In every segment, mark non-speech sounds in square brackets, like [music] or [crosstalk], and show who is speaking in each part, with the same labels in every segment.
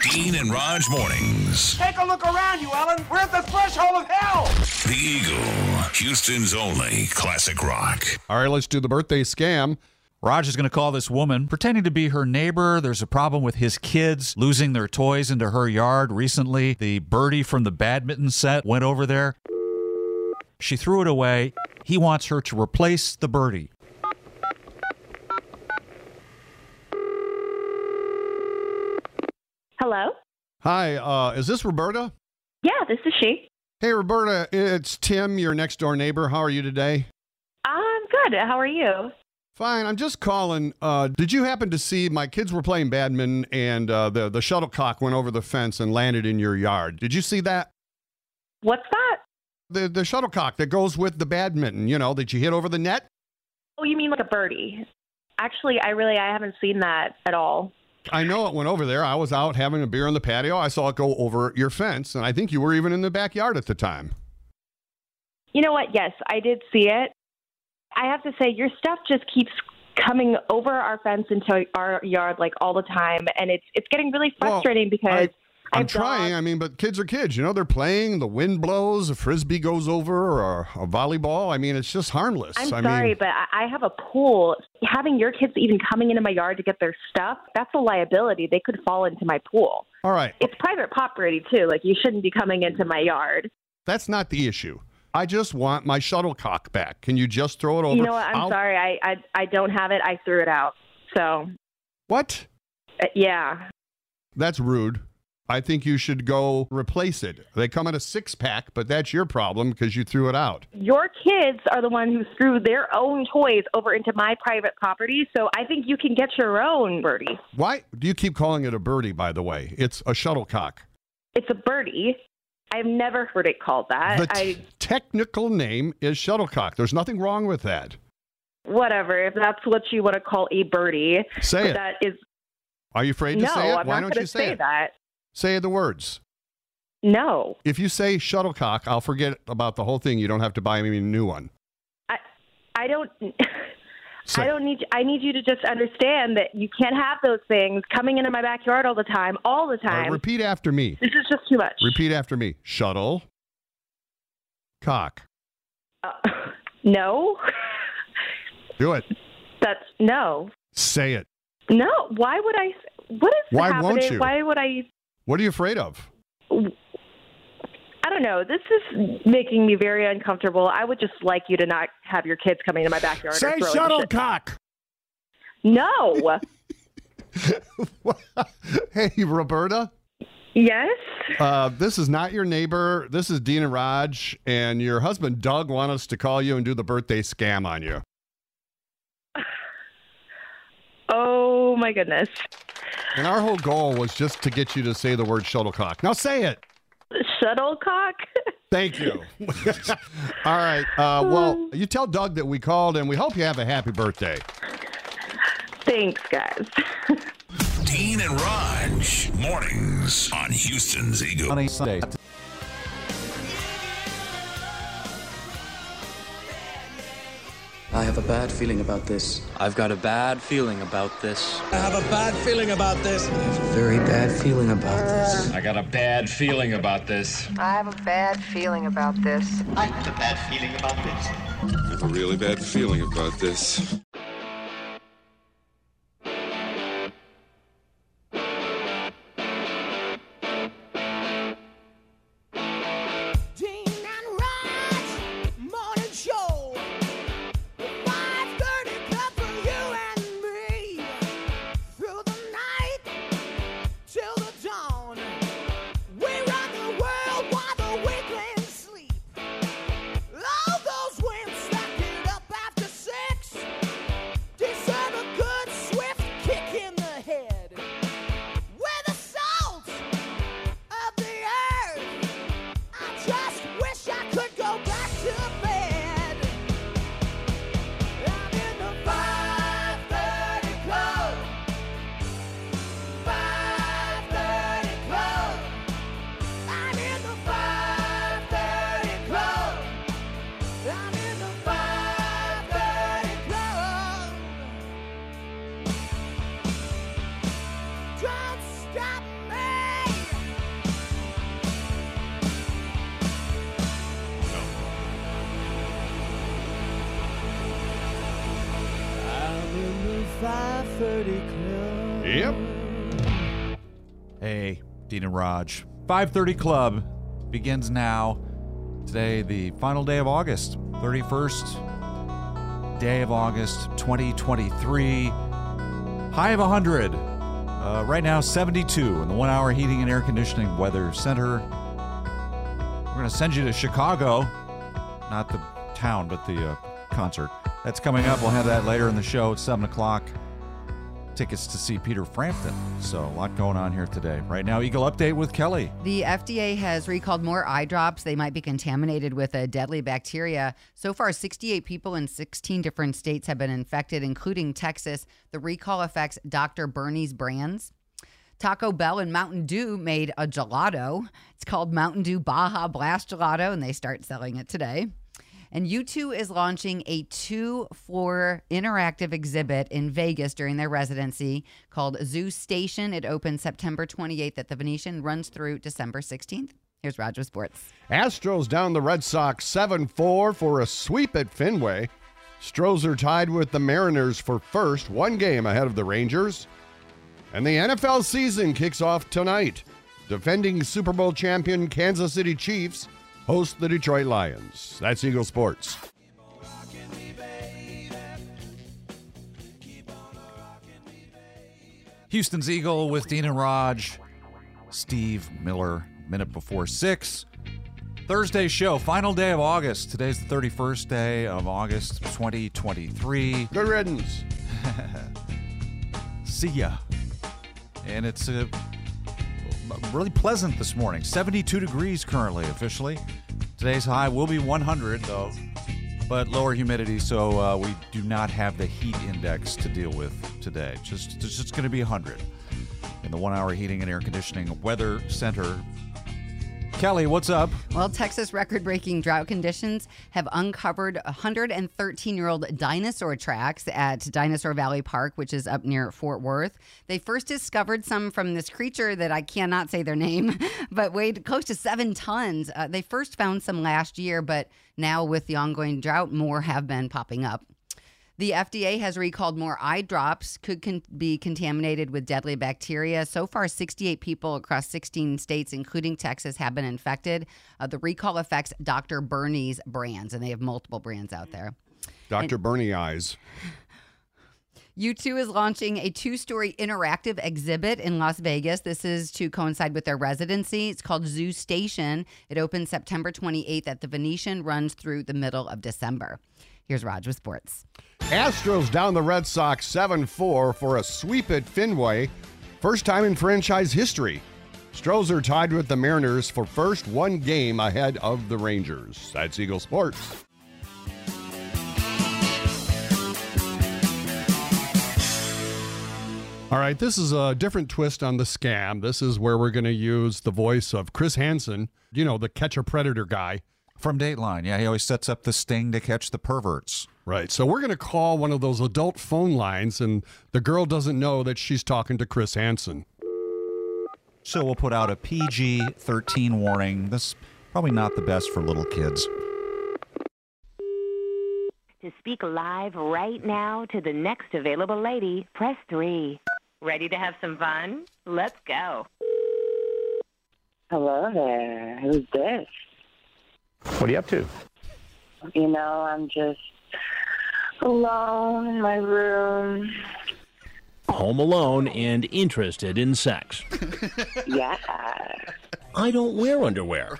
Speaker 1: Dean and Raj mornings.
Speaker 2: Take a look around you, Ellen. We're at the threshold of hell.
Speaker 1: The Eagle, Houston's only classic rock.
Speaker 3: All right, let's do the birthday scam.
Speaker 4: Raj is going to call this woman, pretending to be her neighbor. There's a problem with his kids losing their toys into her yard recently. The birdie from the badminton set went over there. She threw it away. He wants her to replace the birdie.
Speaker 5: Hello?
Speaker 3: Hi, uh, is this Roberta?
Speaker 5: Yeah, this is she.
Speaker 3: Hey, Roberta, it's Tim, your next door neighbor. How are you today?
Speaker 5: I'm good. How are you?
Speaker 3: Fine. I'm just calling. Uh, did you happen to see my kids were playing badminton and uh, the the shuttlecock went over the fence and landed in your yard? Did you see that?
Speaker 5: What's that?
Speaker 3: The the shuttlecock that goes with the badminton, you know, that you hit over the net.
Speaker 5: Oh, you mean like a birdie? Actually, I really I haven't seen that at all.
Speaker 3: I know it went over there. I was out having a beer on the patio. I saw it go over your fence, and I think you were even in the backyard at the time.
Speaker 5: You know what? Yes, I did see it. I have to say your stuff just keeps coming over our fence into our yard like all the time and it's it's getting really
Speaker 3: Well,
Speaker 5: frustrating because
Speaker 3: I, am
Speaker 5: I've
Speaker 3: trying. I
Speaker 5: gone-
Speaker 3: mean, but kids are kids. You know, they're playing. The wind blows. A frisbee goes over, or a volleyball. I mean, it's just harmless.
Speaker 5: I'm
Speaker 3: I
Speaker 5: sorry,
Speaker 3: mean,
Speaker 5: but I I have a pool. Having your kids even coming into my yard to get their stuff, that's a liability. They could fall into my pool.
Speaker 3: all right,
Speaker 5: It's private property too. Like you shouldn't be coming into my yard.
Speaker 3: that's not the issue. I just want my shuttlecock back. Can you just throw it over?
Speaker 5: You know what? I'm
Speaker 3: I'll-
Speaker 5: sorry. I, I I don't have it. I threw it out. So
Speaker 3: What?
Speaker 5: uh, yeah.
Speaker 3: That's rude. I think you should go replace it. They come in a six pack, but that's your problem because you threw it out.
Speaker 5: Your kids are the one who threw their own toys over into my private property, so I think you can get your own birdie.
Speaker 3: Why do you keep calling it a birdie, by the way? It's a shuttlecock.
Speaker 5: It's a birdie. I've never heard it called that.
Speaker 3: the t-
Speaker 5: I
Speaker 3: technical name is shuttlecock. There's nothing wrong with that.
Speaker 5: whatever. If that's what you want to call a birdie,
Speaker 3: Say it.
Speaker 5: that is
Speaker 3: Are you afraid to
Speaker 5: no.
Speaker 3: say it?
Speaker 5: I'm
Speaker 3: Why
Speaker 5: not
Speaker 3: don't
Speaker 5: gonna
Speaker 3: you say, it?
Speaker 5: that.
Speaker 3: Say the words.
Speaker 5: No.
Speaker 3: If you say shuttlecock, I'll forget about the whole thing. You don't have to buy me a new one.
Speaker 5: I I don't [laughs]
Speaker 3: Say-
Speaker 5: I don't need I need you to just understand that you can't have those things coming into my backyard all the time, all the
Speaker 3: All right,
Speaker 5: time.
Speaker 3: repeat after me.
Speaker 5: this is just too much.
Speaker 3: Repeat after me. Shuttle. Cock.
Speaker 5: Uh, no.
Speaker 3: Do it.
Speaker 5: That's no.
Speaker 3: Say it.
Speaker 5: No, why would I what is
Speaker 3: Why won't
Speaker 5: happening?
Speaker 3: you?
Speaker 5: Why would I
Speaker 3: What are you afraid of?
Speaker 5: I don't know. This is making me very uncomfortable. I would just like you to not have your kids coming into my backyard. or throwing shit. No.
Speaker 3: [laughs] hey, Roberta.
Speaker 5: yes.
Speaker 3: Uh, this is not your neighbor. This is Dina Raj, and your husband Doug want us to call you and do the birthday scam on you.
Speaker 5: Oh my goodness.
Speaker 3: And our whole goal was just to get you to say the word shuttlecock. Now say it.
Speaker 5: Shuttlecock?
Speaker 3: Thank you. [laughs] All right. Uh,
Speaker 5: [laughs]
Speaker 3: well, you tell Doug that we called, and we hope you have a happy birthday.
Speaker 5: Thanks, guys. [laughs]
Speaker 1: Dean and Raj mornings on Houston's Eagle.
Speaker 4: On a Sunday.
Speaker 6: I have a bad feeling about this. I've got a bad feeling about this.
Speaker 7: I have a bad feeling about this.
Speaker 6: Very bad feeling about this.
Speaker 8: I got a bad feeling about this.
Speaker 9: I have a bad feeling about this.
Speaker 7: I have a bad feeling about this.
Speaker 10: I have a really bad feeling about this.
Speaker 7: Dean and Raj, morning show. 5:30 couple, you and me. Through the night till the dawn. We rock the world while the weakling sleep. All those winds stack it up after six. 30 Club.
Speaker 3: Yep.
Speaker 4: Hey, Dean and Raj. 530 Club begins now. Today, the final day of August, 31st day of August, 2023. High of 100. Uh, right now, 72 in the one hour heating and air conditioning weather center. We're going to send you to Chicago. Not the town, but the uh, concert. That's coming up. We'll have that later in the show at 7 o'clock tickets to see Peter Frampton. So a lot going on here today. Right now, Eagle Update with Kelly.
Speaker 11: The FDA has recalled more eye drops. They might be contaminated with a deadly bacteria. So far, 68 people in 16 different states have been infected, including Texas. The recall affects Dr. Bernie's brands. Taco Bell and Mountain Dew made a gelato. It's called Mountain Dew Baja Blast Gelato, and they start selling it today. And U2 is launching a two floor interactive exhibit in Vegas during their residency called Zoo Station. It opens September 28th at the Venetian, runs through December 16th. Here's Roger with Sports.
Speaker 3: Astros down the Red Sox 7 4 for a sweep at Fenway. Strozer tied with the Mariners for first, one game ahead of the Rangers. And the NFL season kicks off tonight. Defending Super Bowl champion Kansas City Chiefs host the Detroit Lions. That's Eagle Sports.
Speaker 4: Houston's Eagle with Dean and Raj, Steve Miller, minute before six. Thursday show, final day of August. Today's the 31st day of August, 2023.
Speaker 3: Good riddance.
Speaker 4: [laughs] See ya. And it's uh, really pleasant this morning. 72 degrees currently, officially. Today's high will be 100, though, but lower humidity, so uh, we do not have the heat index to deal with today. Just, it's just going to be 100 in the one hour heating and air conditioning weather center. Kelly, what's up?
Speaker 11: Well, Texas record breaking drought conditions have uncovered 113 year old dinosaur tracks at Dinosaur Valley Park, which is up near Fort Worth. They first discovered some from this creature that I cannot say their name, [laughs] but weighed close to seven tons. Uh, they first found some last year, but now with the ongoing drought, more have been popping up. The FDA has recalled more eye drops could con- be contaminated with deadly bacteria. So far, 68 people across 16 states, including Texas, have been infected. Uh, the recall affects Dr. Bernie's brands, and they have multiple brands out there.
Speaker 3: Dr. Bernie Eyes.
Speaker 11: U2 is launching a two story interactive exhibit in Las Vegas. This is to coincide with their residency. It's called Zoo Station. It opens September 28th at the Venetian, runs through the middle of December. Here's Raj with sports.
Speaker 3: Astros down the Red Sox 7 4 for a sweep at Fenway. First time in franchise history. Strozer tied with the Mariners for first, one game ahead of the Rangers. That's Eagle Sports. All right, this is a different twist on the scam. This is where we're going to use the voice of Chris Hansen, you know, the catch a predator guy.
Speaker 4: From Dateline. Yeah, he always sets up the sting to catch the perverts.
Speaker 3: Right. So we're going to call one of those adult phone lines, and the girl doesn't know that she's talking to Chris Hansen.
Speaker 4: So we'll put out a PG 13 warning. This is probably not the best for little kids.
Speaker 12: To speak live right now to the next available lady, press 3. Ready to have some fun? Let's go.
Speaker 13: Hello there. Who's this?
Speaker 14: What are you up to?
Speaker 13: You know, I'm just alone in my room.
Speaker 15: Home alone and interested in sex.
Speaker 13: Yeah.
Speaker 15: I don't wear underwear.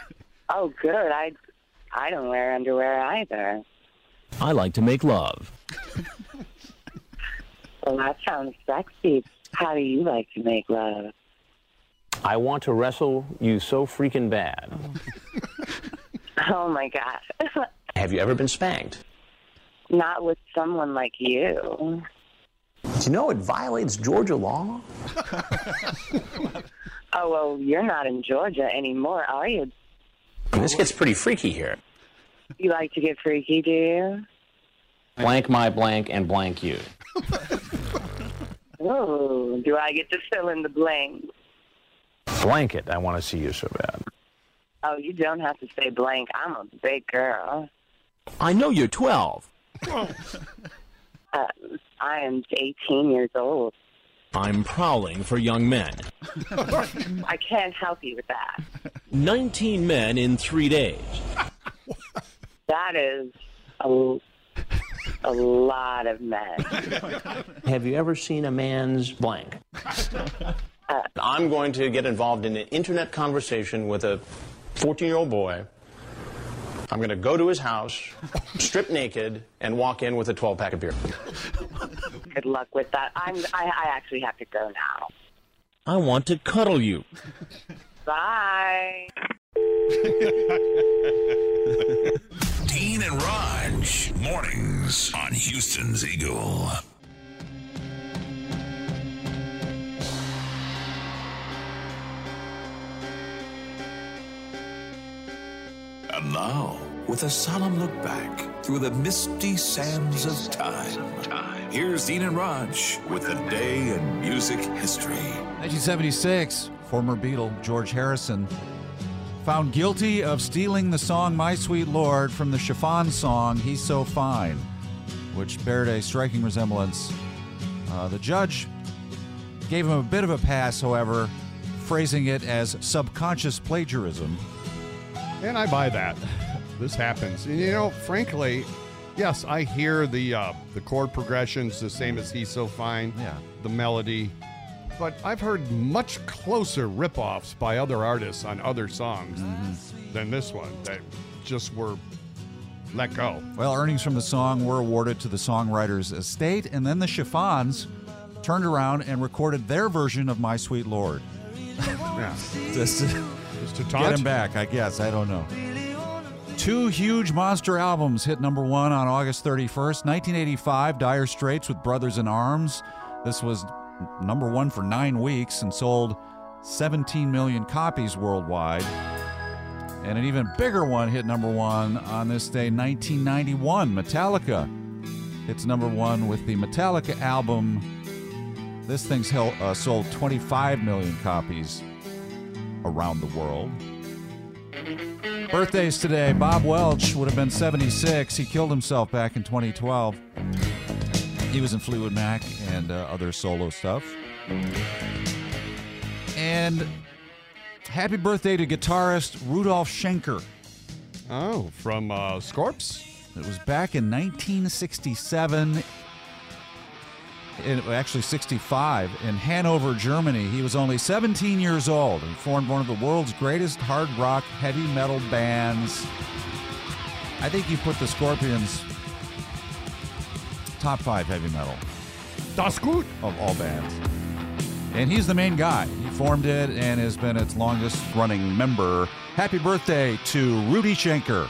Speaker 13: Oh, good. I I don't wear underwear either.
Speaker 15: I like to make love.
Speaker 13: Well, that sounds sexy. How do you like to make love?
Speaker 14: I want to wrestle you so freaking bad.
Speaker 13: Oh my god.
Speaker 14: Have you ever been spanked?
Speaker 13: Not with someone like you.
Speaker 14: Do you know it violates Georgia law?
Speaker 13: Oh well, you're not in Georgia anymore, are you?
Speaker 14: This gets pretty freaky here.
Speaker 13: You like to get freaky, do you?
Speaker 14: Blank my blank and blank you.
Speaker 13: Oh, do I get to fill in the blank?
Speaker 14: Blank it. I want to see you so bad.
Speaker 13: Oh, you don't have to say blank. I'm a big girl. [laughs]
Speaker 14: I know you're 12.
Speaker 13: Uh, I am 18 years old.
Speaker 15: I'm prowling for young men.
Speaker 13: I can't help you with that.
Speaker 15: 19 men in three days.
Speaker 13: That is a, a lot of men.
Speaker 14: Have you ever seen a man's blank? I'm going to get involved in an internet conversation with a 14 year old boy. I'm going to go to his house, [laughs] strip naked, and walk in with a 12 pack of beer.
Speaker 13: Good luck with that. I'm, I, I actually have to go now.
Speaker 15: I want to cuddle you.
Speaker 13: Bye.
Speaker 16: [laughs]
Speaker 1: Dean and Raj, mornings on Houston's Eagle.
Speaker 16: And now, with a solemn look back through the misty sands of time, here's Dean and Raj with a day in music history.
Speaker 4: 1976, former Beatle George Harrison found guilty of stealing the song My Sweet Lord from the chiffon song He's So Fine, which bared a striking resemblance. Uh, the judge gave him a bit of a pass, however, phrasing it as subconscious plagiarism.
Speaker 3: And I buy that. This happens. And you know, frankly, yes, I hear the uh, the chord progressions the same as "He's So Fine." Yeah. The melody, but I've heard much closer rip-offs by other artists on other songs
Speaker 4: Mm-hmm.
Speaker 3: than this one that just were let go.
Speaker 4: Well, earnings from the song were awarded to the songwriter's estate, and then the chiffons turned around and recorded their version of My Sweet Lord.
Speaker 3: Yeah.
Speaker 4: Just to,
Speaker 3: to
Speaker 4: get
Speaker 3: taunt?
Speaker 4: him back, I guess. I don't know. Two huge monster albums hit number one on August 31st, 1985. Dire Straits with Brothers in Arms. This was number one for nine weeks and sold 17 million copies worldwide. And an even bigger one hit number one on this day, 1991. Metallica hits number one with the Metallica album. This thing's held, uh, sold 25 million copies around the world. Birthdays today. Bob Welch would have been 76. He killed himself back in 2012. He was in Fleetwood Mac and uh, other solo stuff. And happy birthday to guitarist Rudolf Schenker.
Speaker 3: Oh, from uh, Scorps?
Speaker 4: It was back in 1967. In, actually, 65 in Hanover, Germany. He was only 17 years old and formed one of the world's greatest hard rock heavy metal bands. I think you put the Scorpions top five heavy metal.
Speaker 3: Das Gut!
Speaker 4: Of all bands. And he's the main guy. He formed it and has been its longest running member. Happy birthday to Rudy Schenker.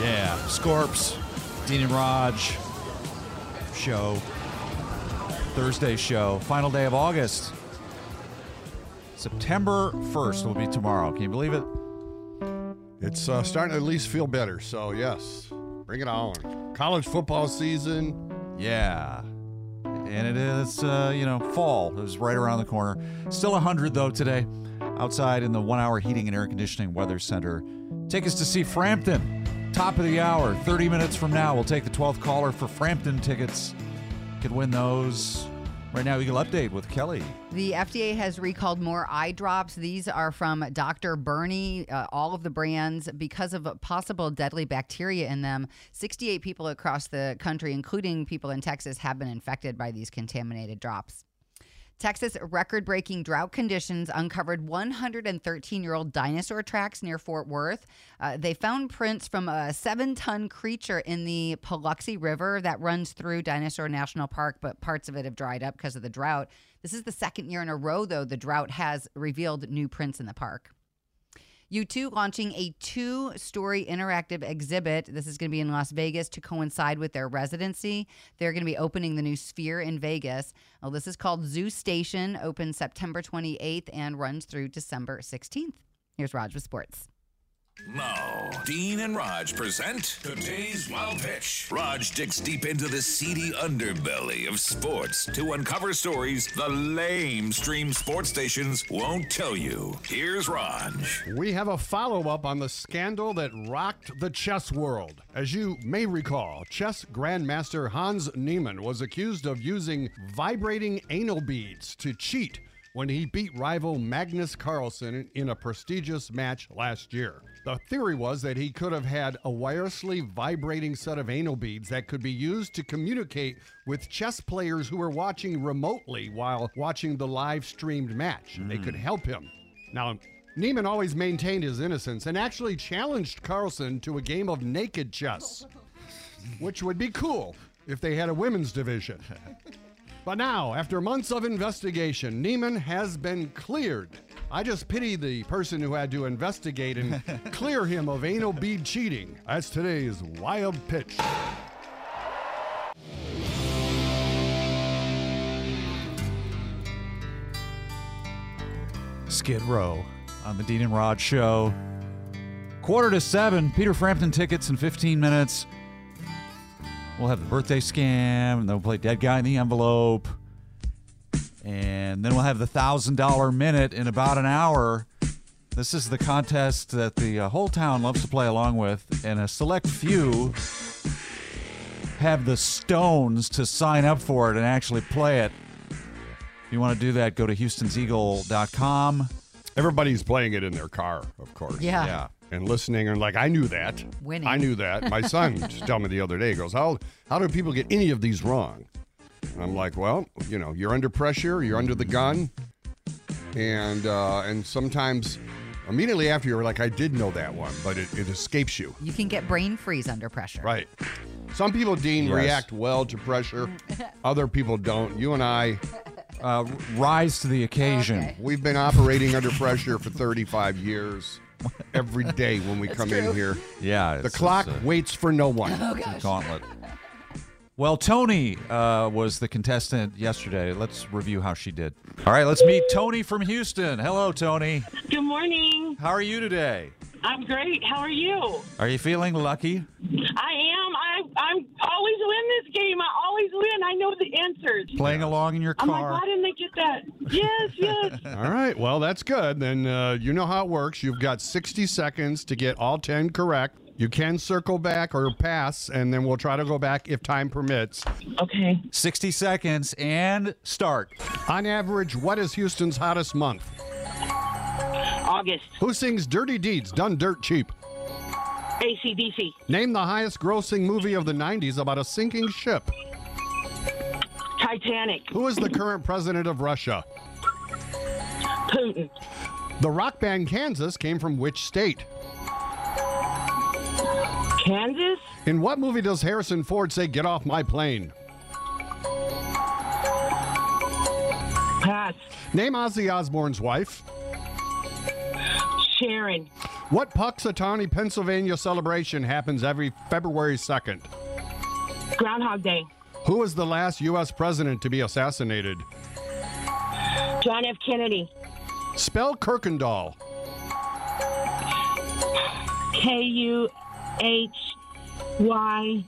Speaker 4: Yeah, Scorps, Dean and Raj show, Thursday show, final day of August. September 1st will be tomorrow. Can you believe it?
Speaker 3: It's uh, starting to at least feel better, so yes, bring it on. College football season.
Speaker 4: Yeah. And it is, uh, you know, fall is right around the corner. Still 100 though today outside in the one hour heating and air conditioning weather center. Take us to see Frampton. Top of the hour, 30 minutes from now. We'll take the 12th caller for Frampton tickets. Could win those. Right now, Eagle Update with Kelly.
Speaker 11: The FDA has recalled more eye drops. These are from Dr. Bernie, uh, all of the brands, because of possible deadly bacteria in them. 68 people across the country, including people in Texas, have been infected by these contaminated drops. Texas record breaking drought conditions uncovered 113 year old dinosaur tracks near Fort Worth. Uh, they found prints from a seven ton creature in the Paluxy River that runs through Dinosaur National Park, but parts of it have dried up because of the drought. This is the second year in a row, though, the drought has revealed new prints in the park. U2 launching a two story interactive exhibit. This is going to be in Las Vegas to coincide with their residency. They're going to be opening the new Sphere in Vegas. Well, this is called Zoo Station, opens September 28th and runs through December 16th. Here's Raj with sports.
Speaker 16: Now, Dean and Raj present today's wild pitch. Raj digs deep into the seedy underbelly of sports to uncover stories the lame stream sports stations won't tell you. Here's Raj.
Speaker 3: We have a follow up on the scandal that rocked the chess world. As you may recall, chess grandmaster Hans Niemann was accused of using vibrating anal beads to cheat when he beat rival Magnus Carlsen in a prestigious match last year. The theory was that he could have had a wirelessly vibrating set of anal beads that could be used to communicate with chess players who were watching remotely while watching the live streamed match. They could help him. Now, Neiman always maintained his innocence and actually challenged Carlsen to a game of naked chess, which would be cool if they had a women's division. But now, after months of investigation, Neiman has been cleared. I just pity the person who had to investigate and clear him of anal bead cheating. That's today's wild pitch.
Speaker 4: Skid Row on the Dean and Rod Show. Quarter to seven, Peter Frampton tickets in 15 minutes. We'll have the birthday scam, and then we'll play Dead Guy in the Envelope. And then we'll have the $1,000 minute in about an hour. This is the contest that the uh, whole town loves to play along with, and a select few have the stones to sign up for it and actually play it. If you want to do that, go to houstonseagle.com.
Speaker 3: Everybody's playing it in their car, of course.
Speaker 11: Yeah. Yeah.
Speaker 3: And listening and like, I knew that.
Speaker 11: Winning.
Speaker 3: I knew that.
Speaker 11: [laughs]
Speaker 3: My son just told me the other day, he goes, how, how do people get any of these wrong? And I'm like, well, you know, you're under pressure, you're under the gun. And uh, and sometimes immediately after you're like, I did know that one, but it, it escapes you.
Speaker 11: You can get brain freeze under pressure.
Speaker 3: Right. Some people, Dean,
Speaker 11: Yes.
Speaker 3: react well to pressure. Other people don't. You and I
Speaker 4: uh, rise to the occasion.
Speaker 3: We've been operating under pressure for 35 years. Every day when we
Speaker 4: That's
Speaker 3: come
Speaker 4: true.
Speaker 3: in here,
Speaker 4: Yeah,
Speaker 3: the
Speaker 4: it's-
Speaker 3: clock
Speaker 4: it's a-
Speaker 3: waits for no one.
Speaker 4: It's a gauntlet. Well, Tony uh, was the contestant yesterday. Let's review how she did. All right, let's meet Tony from Houston. Hello, Tony.
Speaker 17: Good morning.
Speaker 4: How are you today?
Speaker 17: I'm great. How are you?
Speaker 4: Are you feeling
Speaker 17: I
Speaker 4: lucky?
Speaker 17: am. I I'm always win this game. I always win. I know the answers.
Speaker 4: Playing along in your
Speaker 17: Oh my
Speaker 3: car.
Speaker 17: god, didn't they get that? Yes,
Speaker 4: [laughs]
Speaker 17: yes.
Speaker 3: All right. Well, that's good. Then uh, you know how it works. You've got 60 seconds to get all 10 correct. You can circle back or pass, and then we'll try to go back if time permits.
Speaker 17: Okay.
Speaker 4: 60 seconds and start.
Speaker 3: On average, what is Houston's hottest month?
Speaker 17: August.
Speaker 3: Who sings Dirty Deeds Done Dirt Cheap?
Speaker 17: ACDC.
Speaker 3: Name the highest grossing movie of the 90s about a sinking ship.
Speaker 17: Titanic.
Speaker 3: Who is the current president of Russia?
Speaker 17: Putin.
Speaker 3: The rock band Kansas came from which state?
Speaker 17: Kansas?
Speaker 3: In what movie does Harrison Ford say, Get off my plane?
Speaker 17: Pass.
Speaker 3: Name Ozzy Osbourne's wife.
Speaker 17: Sharon.
Speaker 3: What Puxatawny, Pennsylvania celebration happens every February 2nd?
Speaker 17: Groundhog Day.
Speaker 3: Who was the last U.S. president to be assassinated?
Speaker 17: John F. Kennedy.
Speaker 3: Spell Kirkendall.
Speaker 17: K U H Y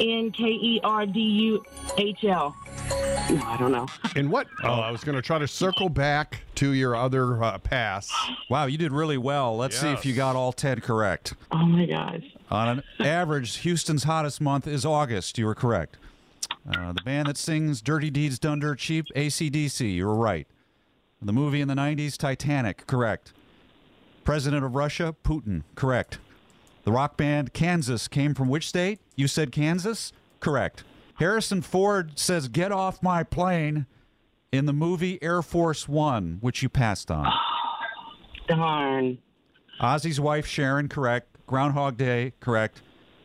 Speaker 17: N K E R D U H L. No, I don't know. [laughs]
Speaker 3: In what? Oh, I was going to try to circle back to your other uh, pass.
Speaker 4: Wow, you did really well. Let's see if you got all 10 correct.
Speaker 17: Oh my gosh.
Speaker 4: On
Speaker 17: [laughs]
Speaker 4: an average, Houston's hottest month is August. You were correct. Uh, the band that sings Dirty Deeds Done Dirt Cheap, ACDC. You were right. The movie in the 90s, Titanic. Correct. President of Russia, Putin. Correct. The rock band Kansas came from which state? You said Kansas? Correct. Harrison Ford says, Get off my plane in the movie Air Force One, which you passed on.
Speaker 17: Darn.
Speaker 4: Ozzy's wife, Sharon, correct. Groundhog Day, correct.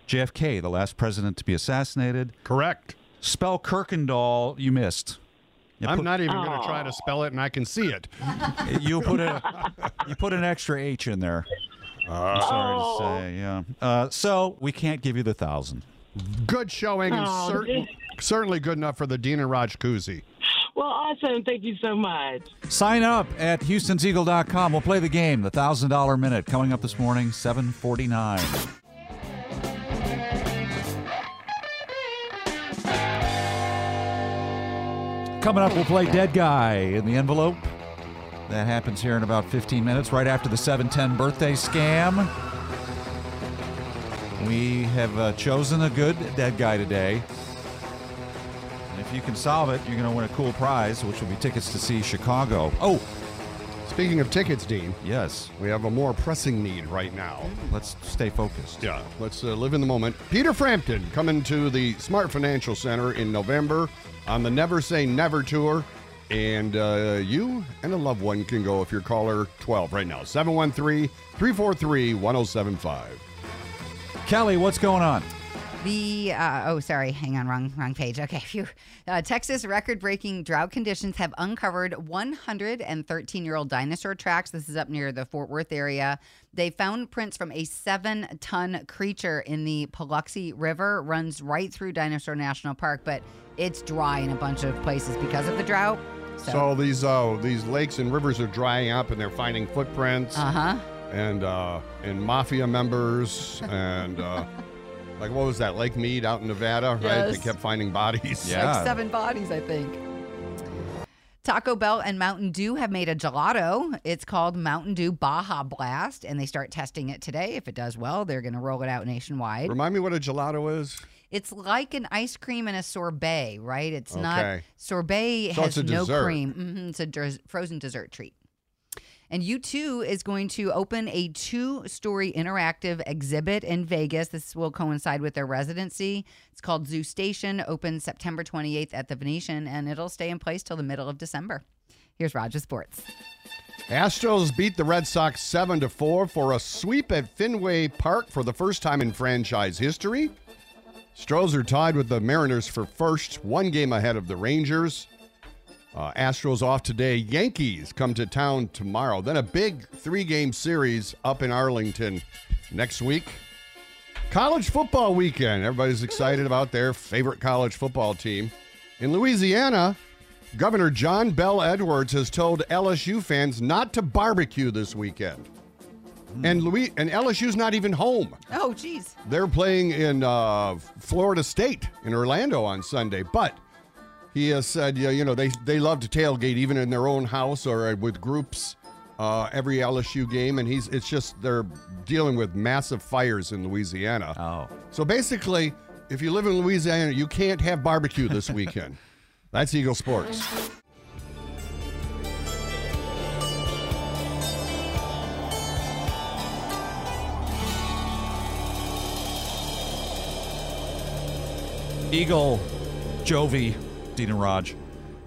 Speaker 4: JFK, the last president to be assassinated.
Speaker 3: Correct.
Speaker 4: Spell Kirkendall, you missed. You
Speaker 3: I'm
Speaker 4: put-
Speaker 3: not even going to try to spell it, and I can see it.
Speaker 4: You put a [laughs] you put an extra H in there. I'm sorry to say, yeah. Uh, so we can't give you the thousand.
Speaker 3: Good showing, and
Speaker 17: Oh,
Speaker 3: certain, certainly good enough for the Dean and Raj koozie.
Speaker 17: Well, awesome. Thank you so much.
Speaker 4: Sign up at Houston'sEagle.com. We'll play the game, the thousand dollar minute, coming up this morning, seven forty nine. Coming up, we'll play Dead Guy in the envelope. That happens here in about 15 minutes, right after the 710 birthday scam. We have uh, chosen a good dead guy today. And if you can solve it, you're going to win a cool prize, which will be tickets to see Chicago. Oh,
Speaker 3: Speaking of tickets, Dean.
Speaker 4: Yes.
Speaker 3: We have a more pressing need right now.
Speaker 4: Let's stay focused.
Speaker 3: Yeah, let's uh, live in the moment. Peter Frampton coming to the Smart Financial Center in November on the Never Say Never tour. And uh, you and a loved one can go if you're caller 12 right now 713 343 1075.
Speaker 4: Kelly, what's going on?
Speaker 11: The uh, oh, sorry, hang on, wrong wrong page. Okay, phew. Uh, Texas record-breaking drought conditions have uncovered 113-year-old dinosaur tracks. This is up near the Fort Worth area. They found prints from a seven-ton creature in the Paluxy River, runs right through Dinosaur National Park, but it's dry in a bunch of places because of the drought. So,
Speaker 3: So these uh, these lakes and rivers are drying up and they're finding footprints.
Speaker 11: Uh-huh.
Speaker 3: And uh, and mafia members
Speaker 11: [laughs]
Speaker 3: and uh, like what was that Lake Mead out in Nevada, right? They
Speaker 11: Yes.
Speaker 3: kept finding bodies.
Speaker 11: like seven bodies, I think. Taco Bell and Mountain Dew have made a gelato. It's called Mountain Dew Baja Blast, and they start testing it today. If it does well, they're going to roll it out nationwide.
Speaker 3: Remind me what a gelato is.
Speaker 11: It's like an ice cream and a sorbet, right? It's not
Speaker 3: Okay.
Speaker 11: sorbet
Speaker 3: So
Speaker 11: has
Speaker 3: it's a
Speaker 11: no
Speaker 3: dessert.
Speaker 11: cream. hmm it's a des- frozen dessert treat. And U2 is going to open a two story interactive exhibit in Vegas. This will coincide with their residency. It's called Zoo Station, opens September 28th at the Venetian, and it'll stay in place till the middle of December. Here's Roger Sports.
Speaker 3: Astros beat the Red Sox 7 to 4 for a sweep at Fenway Park for the first time in franchise history. Stros are tied with the Mariners for first, one game ahead of the Rangers. Uh, Astros off today. Yankees come to town tomorrow. Then a big three game series up in Arlington next week. College football weekend. Everybody's excited about their favorite college football team. In Louisiana, Governor John Bell Edwards has told LSU fans not to barbecue this weekend. And Louis and LSU's not even home.
Speaker 11: Oh, geez.
Speaker 3: They're playing in uh, Florida State in Orlando on Sunday, but he has said, yeah, you know, they they love to tailgate even in their own house or with groups uh, every LSU game, and he's it's just they're dealing with massive fires in Louisiana.
Speaker 4: Oh,
Speaker 3: so basically, if you live in Louisiana, you can't have barbecue this weekend. That's Eagle Sports.
Speaker 4: Eagle, Jovi, Dean and Raj.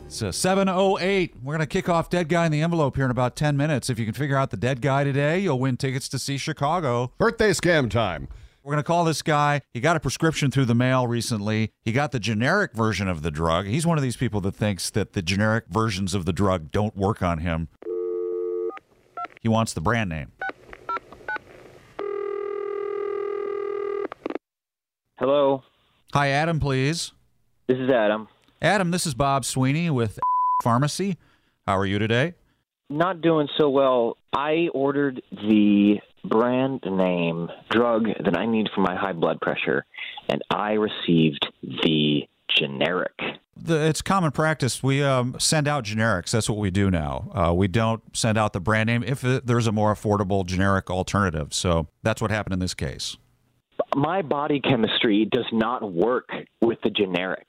Speaker 4: It's a 708. We're going to kick off Dead Guy in the Envelope here in about 10 minutes. If you can figure out the dead guy today, you'll win tickets to see Chicago.
Speaker 3: Birthday scam time.
Speaker 4: We're going to call this guy. He got a prescription through the mail recently. He got the generic version of the drug. He's one of these people that thinks that the generic versions of the drug don't work on him. He wants the brand name.
Speaker 18: Hello.
Speaker 4: Hi, Adam, please.
Speaker 18: This is Adam.
Speaker 4: Adam, this is Bob Sweeney with [laughs] Pharmacy. How are you today?
Speaker 18: Not doing so well. I ordered the brand name drug that I need for my high blood pressure, and I received the generic.
Speaker 4: The, it's common practice. We um, send out generics. That's what we do now. Uh, we don't send out the brand name if it, there's a more affordable generic alternative. So that's what happened in this case.
Speaker 18: My body chemistry does not work with the generic.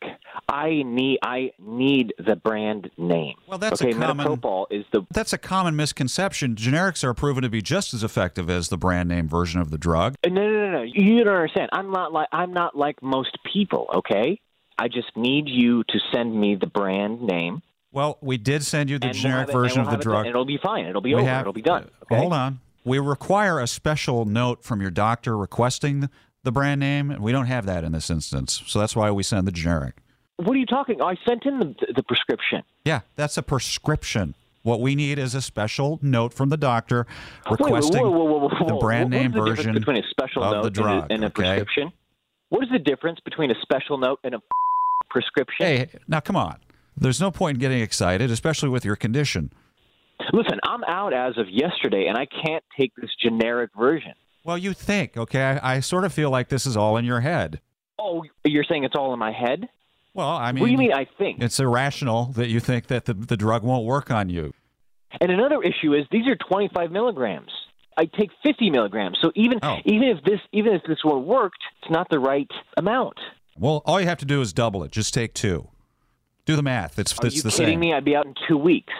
Speaker 18: I need I need the brand name.
Speaker 4: Well, that's
Speaker 18: okay.
Speaker 4: a common.
Speaker 18: Metoprolol is the
Speaker 4: That's a common misconception. Generics are proven to be just as effective as the brand name version of the drug.
Speaker 18: No, no, no, no. You don't understand. I'm not like I'm not like most people. Okay. I just need you to send me the brand name.
Speaker 4: Well, we did send you the
Speaker 18: and we'll
Speaker 4: generic
Speaker 18: have it- and
Speaker 4: version
Speaker 18: we'll
Speaker 4: of
Speaker 18: have
Speaker 4: the
Speaker 18: it done.
Speaker 4: drug.
Speaker 18: It'll be fine. It'll be
Speaker 4: We
Speaker 18: over.
Speaker 4: have-
Speaker 18: It'll be done. Okay?
Speaker 4: Hold on. We require a special note from your doctor requesting the brand name, and we don't have that in this instance. So that's why we send the generic.
Speaker 18: What are you talking? oh, I sent in the, the prescription.
Speaker 4: Yeah, that's a prescription. What we need is a special note from the doctor
Speaker 18: Wait,
Speaker 4: requesting
Speaker 18: whoa, whoa, whoa, whoa, whoa.
Speaker 4: the brand
Speaker 18: What-
Speaker 4: name
Speaker 18: what's the difference
Speaker 4: version
Speaker 18: between a special
Speaker 4: of
Speaker 18: note and
Speaker 4: the
Speaker 18: a-
Speaker 4: drug
Speaker 18: and a [laughs]
Speaker 4: okay?
Speaker 18: prescription? What is the difference between a special note and a prescription?
Speaker 4: Hey, now come on. There's no point in getting excited, especially with your condition.
Speaker 18: Listen, I'm out as of yesterday, and I can't take this generic version.
Speaker 4: Well, you think, okay? I, I sort of feel like this is all in your head.
Speaker 18: Oh, you're saying it's all in my head?
Speaker 4: Well, I mean,
Speaker 18: what do you mean? I think.
Speaker 4: It's irrational that you think that the, the drug won't work on you.
Speaker 18: And another issue is these are 25 milligrams. I take 50 milligrams. So even
Speaker 4: Oh.
Speaker 18: even if this even if this one worked, it's not the right amount.
Speaker 4: Well, all you have to do is double it. Just take two. Do the math. It's,
Speaker 18: Are
Speaker 4: it's
Speaker 18: you
Speaker 4: the
Speaker 18: kidding
Speaker 4: same.
Speaker 18: me? I'd be out in two weeks.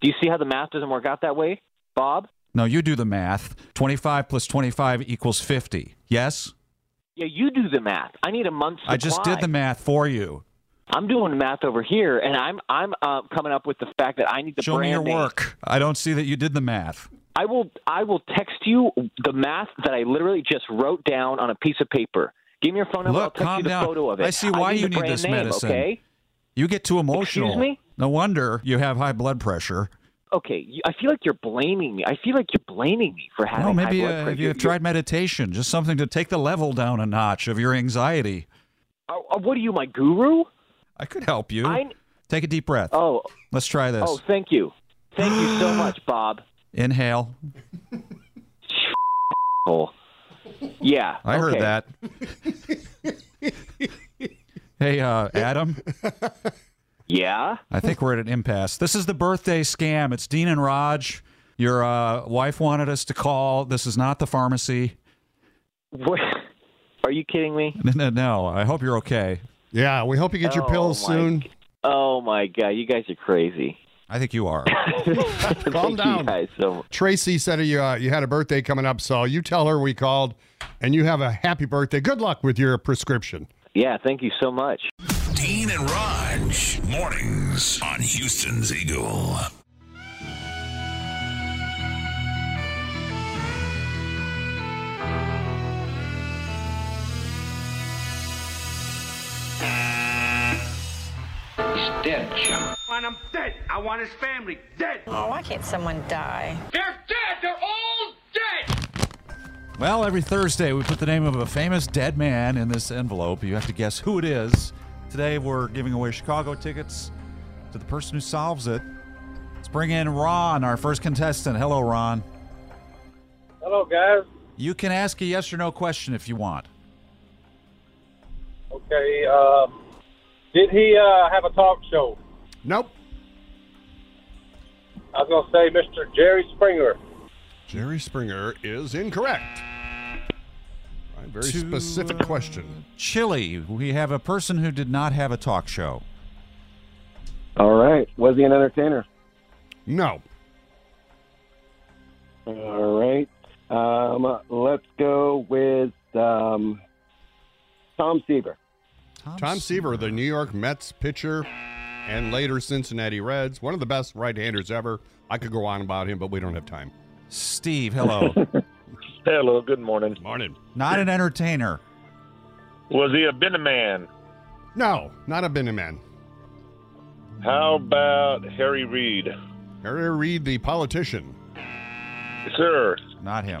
Speaker 18: Do you see how the math doesn't work out that way, Bob?
Speaker 4: No, you do the math. 25 plus 25 equals 50. Yes?
Speaker 18: Yeah, you do the math. I need a month's.
Speaker 4: I just did the
Speaker 18: supply.
Speaker 4: math for you.
Speaker 18: I'm doing the math over here, and I'm I'm uh, coming up with the fact that I need the
Speaker 4: Show me
Speaker 18: brand
Speaker 4: your
Speaker 18: name.
Speaker 4: work. I don't see that you did the math.
Speaker 18: I will I will text you the math that I literally just wrote down on a piece of paper. Give me your phone number. I'll
Speaker 4: Look,
Speaker 18: text
Speaker 4: calm
Speaker 18: you the
Speaker 4: down.
Speaker 18: photo of it.
Speaker 4: I see why
Speaker 18: need the
Speaker 4: you need
Speaker 18: brand
Speaker 4: this
Speaker 18: name,
Speaker 4: medicine.
Speaker 18: Okay.
Speaker 4: You get too emotional.
Speaker 18: me?
Speaker 4: No wonder you have high blood pressure.
Speaker 18: Okay. you- I feel like you're blaming me. I feel like you're blaming me for having
Speaker 4: No, maybe
Speaker 18: high blood
Speaker 4: uh,
Speaker 18: pressure.
Speaker 4: have you tried meditation? Just something to take the level down a notch of your anxiety.
Speaker 18: Oh, oh, what are you, my guru?
Speaker 4: I could help you.
Speaker 18: I-
Speaker 4: Take a deep breath.
Speaker 18: Oh.
Speaker 4: Let's try this.
Speaker 18: Oh, thank you. [laughs] Thank you so
Speaker 4: [gasps]
Speaker 18: much, Bob.
Speaker 4: Inhale.
Speaker 18: Yeah.
Speaker 4: I heard
Speaker 18: okay.
Speaker 4: that. Hey, uh, Adam.
Speaker 18: Yeah.
Speaker 4: I think we're at an impasse. This is the birthday scam. It's Dean and Raj. Your uh, wife wanted us to call. This is not the pharmacy. [laughs]
Speaker 18: What? Are you kidding me?
Speaker 4: No, no, no. I hope you're okay.
Speaker 3: Yeah, we hope you
Speaker 18: Oh, my- Oh my god, you guys are crazy.
Speaker 4: I think
Speaker 18: [laughs]
Speaker 4: you are.
Speaker 3: Calm
Speaker 18: Thank You
Speaker 3: down.
Speaker 18: guys so much.
Speaker 3: Tracy said you uh, you had a birthday coming up, so you tell her we called, and you have a happy birthday. Good luck with your prescription.
Speaker 18: Yeah, thank you so much.
Speaker 1: Dean and Raj, mornings on Houston's Eagle.
Speaker 2: He's dead, John. Want him dead. I want his family dead.
Speaker 19: Oh, why can't someone die?
Speaker 2: They're dead. They're all dead.
Speaker 4: Well, every Thursday we put the name of a famous dead man in this envelope. You have to guess who it is. Today we're giving away Chicago tickets to the person who solves it. Let's bring in Ron, our first contestant. Hello, Ron.
Speaker 20: Hello, guys.
Speaker 4: You can ask a yes or no question if you want.
Speaker 20: Okay. Uh, did he uh, have a talk show?
Speaker 3: Nope.
Speaker 20: I was going to say Mr. Jerry Springer.
Speaker 3: Jerry Springer is incorrect. All right, very
Speaker 4: To,
Speaker 3: specific
Speaker 4: uh,
Speaker 3: question.
Speaker 4: Chile, we have a person who did not have a talk show.
Speaker 21: All right. Was he an entertainer?
Speaker 3: No.
Speaker 21: All right. Um, let's go with um, Tom Seaver.
Speaker 3: Tom, Seaver, the New York Mets pitcher and later Cincinnati Reds, one of the best right-handers ever. I could go on about him, but we don't have time.
Speaker 4: Steve,
Speaker 20: [laughs]
Speaker 4: hello.
Speaker 22: Hello, good morning.
Speaker 3: Morning.
Speaker 4: not an entertainer.
Speaker 22: Was he a been a man?
Speaker 3: No, not a Benny man.
Speaker 22: How about Harry Reid?
Speaker 3: Harry Reid, the politician.
Speaker 22: Sir.
Speaker 4: Not him.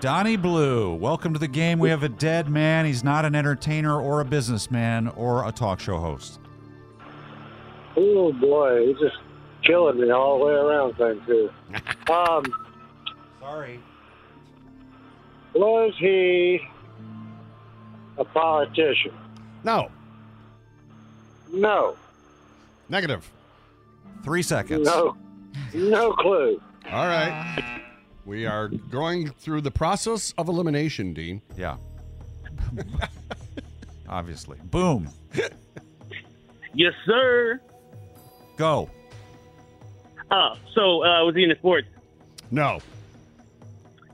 Speaker 4: Donnie Blue, welcome to the game. We have a dead man. He's not an entertainer or a businessman or a talk show host.
Speaker 20: Oh, boy. He's just killing me all the way around, thank you. Um,
Speaker 4: Sorry.
Speaker 20: was he a politician?
Speaker 3: No.
Speaker 20: No.
Speaker 3: Negative.
Speaker 4: Three seconds.
Speaker 20: No. No clue.
Speaker 3: All right. We are going through the process of elimination, Dean.
Speaker 4: Yeah. Obviously. Boom.
Speaker 23: Yes, sir.
Speaker 4: Go.
Speaker 23: Uh, so, uh, was he in the sports?
Speaker 3: No.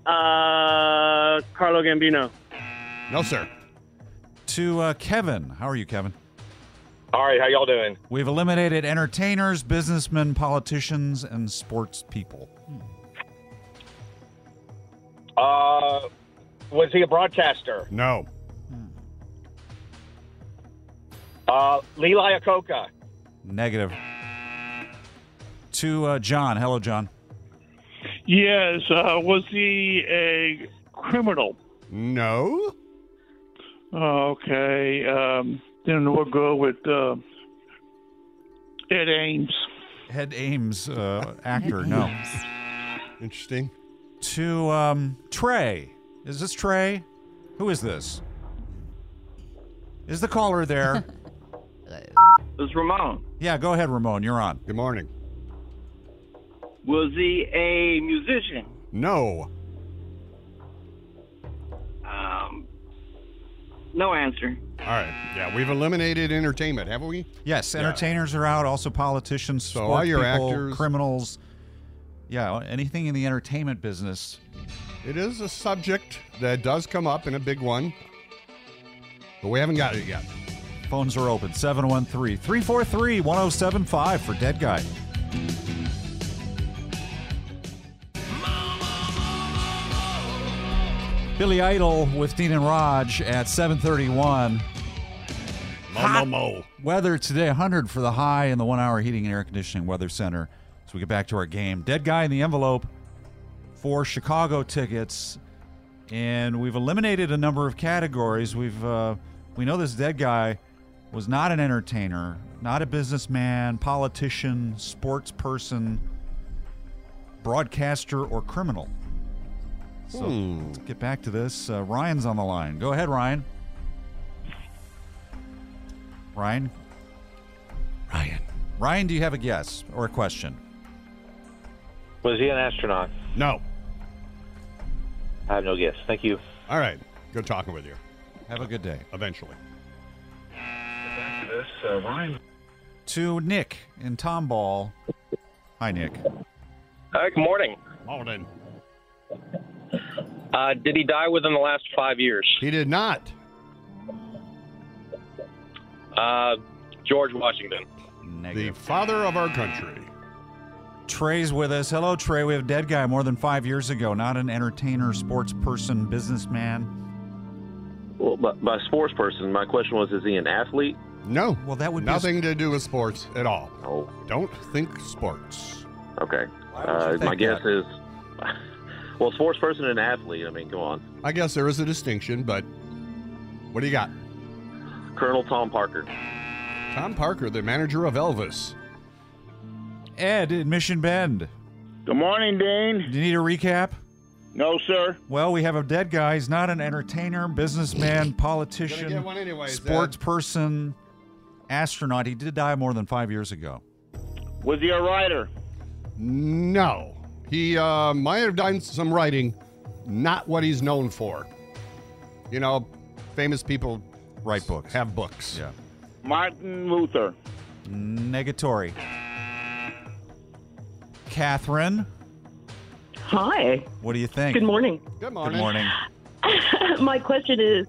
Speaker 23: Uh, Carlo Gambino.
Speaker 3: No, sir.
Speaker 4: To uh, Kevin. How are you, Kevin?
Speaker 22: All right, how y'all doing?
Speaker 4: We've eliminated entertainers, businessmen, politicians, and sports people.
Speaker 3: Hmm.
Speaker 22: Uh, was he a broadcaster?
Speaker 3: No.
Speaker 22: Uh, Lee Iacocca.
Speaker 4: Negative. To uh, John. Hello, John.
Speaker 24: Yes. Uh, was he a criminal?
Speaker 3: No.
Speaker 24: Okay. Um, then we'll go with uh, Ed Ames.
Speaker 4: Head
Speaker 3: [laughs]
Speaker 4: Ames uh, actor. no.
Speaker 3: Interesting.
Speaker 4: To um, Trey. Is this Trey? Who is this? Is the
Speaker 3: [laughs]
Speaker 4: caller there?
Speaker 25: It's Ramon.
Speaker 4: yeah, go ahead, Ramon. You're on.
Speaker 3: Good morning.
Speaker 25: Was he a musician?
Speaker 3: No.
Speaker 25: Um, no answer.
Speaker 3: All right. Yeah, we've eliminated entertainment, haven't we?
Speaker 4: Yes,
Speaker 3: Yeah.
Speaker 4: entertainers are out. Also politicians, so
Speaker 3: all your
Speaker 4: people,
Speaker 3: actors-
Speaker 4: criminals. Yeah, anything in the entertainment business.
Speaker 3: It is a subject that does come up in a big one, but we haven't got it yet.
Speaker 4: Phones are open 713 343 1075 for Dead Guy. Billy Idol with Dean and Raj at 731. Hot Weather today 100 for the high in the one hour heating and air conditioning weather center. So we get back to our game. Dead guy in the envelope for Chicago tickets. And we've eliminated a number of categories. We've uh, we know this dead guy was not an entertainer, not a businessman, politician, sports person, broadcaster, or criminal. So
Speaker 3: Hmm.
Speaker 4: let's get back to this. Uh, Ryan's on the line. Go ahead, Ryan. Ryan? Ryan. Ryan, do you have a guess or a question?
Speaker 5: Was he an astronaut?
Speaker 3: No.
Speaker 5: I have no guess. Thank you.
Speaker 3: All right. Good talking with you.
Speaker 4: Have a good day.
Speaker 3: Eventually.
Speaker 5: Back to this, uh, Ryan.
Speaker 4: To Nick in Tomball. Hi, Nick.
Speaker 6: Hi, good morning.
Speaker 3: Morning.
Speaker 6: Uh, did he die within the last five years?
Speaker 3: He did not.
Speaker 6: Uh, George Washington.
Speaker 3: The father of our country.
Speaker 4: Trey's with us. Hello, Trey. We have a dead guy more than five years ago. Not an entertainer, sports person, businessman.
Speaker 5: Well, by, by sports person, my question was: Is he an athlete?
Speaker 3: No.
Speaker 4: Well, that would be a-
Speaker 3: nothing to do with sports at all.
Speaker 5: Oh,
Speaker 3: Don't think sports.
Speaker 5: okay.
Speaker 3: would you
Speaker 5: Uh,
Speaker 3: think
Speaker 5: my guess
Speaker 3: that?
Speaker 5: is, [laughs] well, sports person and athlete. I mean, come on,
Speaker 3: I guess there is a distinction, but what do you got?
Speaker 5: Colonel Tom Parker.
Speaker 3: Tom Parker, the manager of Elvis.
Speaker 4: Ed in Mission Bend.
Speaker 8: Good morning, Dean.
Speaker 4: Do you need a recap?
Speaker 8: No, sir.
Speaker 4: Well, we have a dead guy. He's not an entertainer, businessman, politician,
Speaker 8: Gonna get one anyways,
Speaker 4: sports person, astronaut. He did die more than five years ago.
Speaker 8: Was he a writer?
Speaker 3: No. He uh, might have done some writing, not what he's known for. You know, famous people
Speaker 4: write books,
Speaker 3: have books.
Speaker 4: Yeah.
Speaker 8: Martin Luther.
Speaker 4: Negatory. Catherine.
Speaker 9: Hi.
Speaker 4: What do you think?
Speaker 9: Good morning.
Speaker 3: Good
Speaker 4: Good morning.
Speaker 9: [laughs] My question is,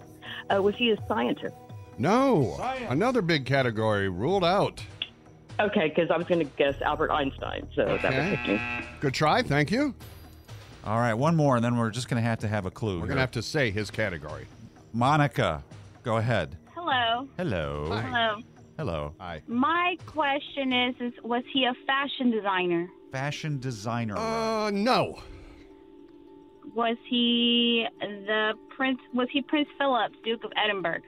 Speaker 9: uh, was he a scientist?
Speaker 3: No. Another big category ruled out.
Speaker 9: Okay, because I was going to guess Albert Einstein, so that would take me.
Speaker 3: Good try. Thank you.
Speaker 4: All right, one more, and then we're just going to have to have a clue. We're
Speaker 3: going to have to say his category.
Speaker 4: Monica, go ahead.
Speaker 26: Hello.
Speaker 4: Hello.
Speaker 26: Hello.
Speaker 4: Hello. Hi.
Speaker 26: Um, My question is, is was he a fashion designer?
Speaker 4: Fashion designer.
Speaker 3: Uh, no.
Speaker 26: Was he the prince? Was he Prince Philip, Duke of Edinburgh?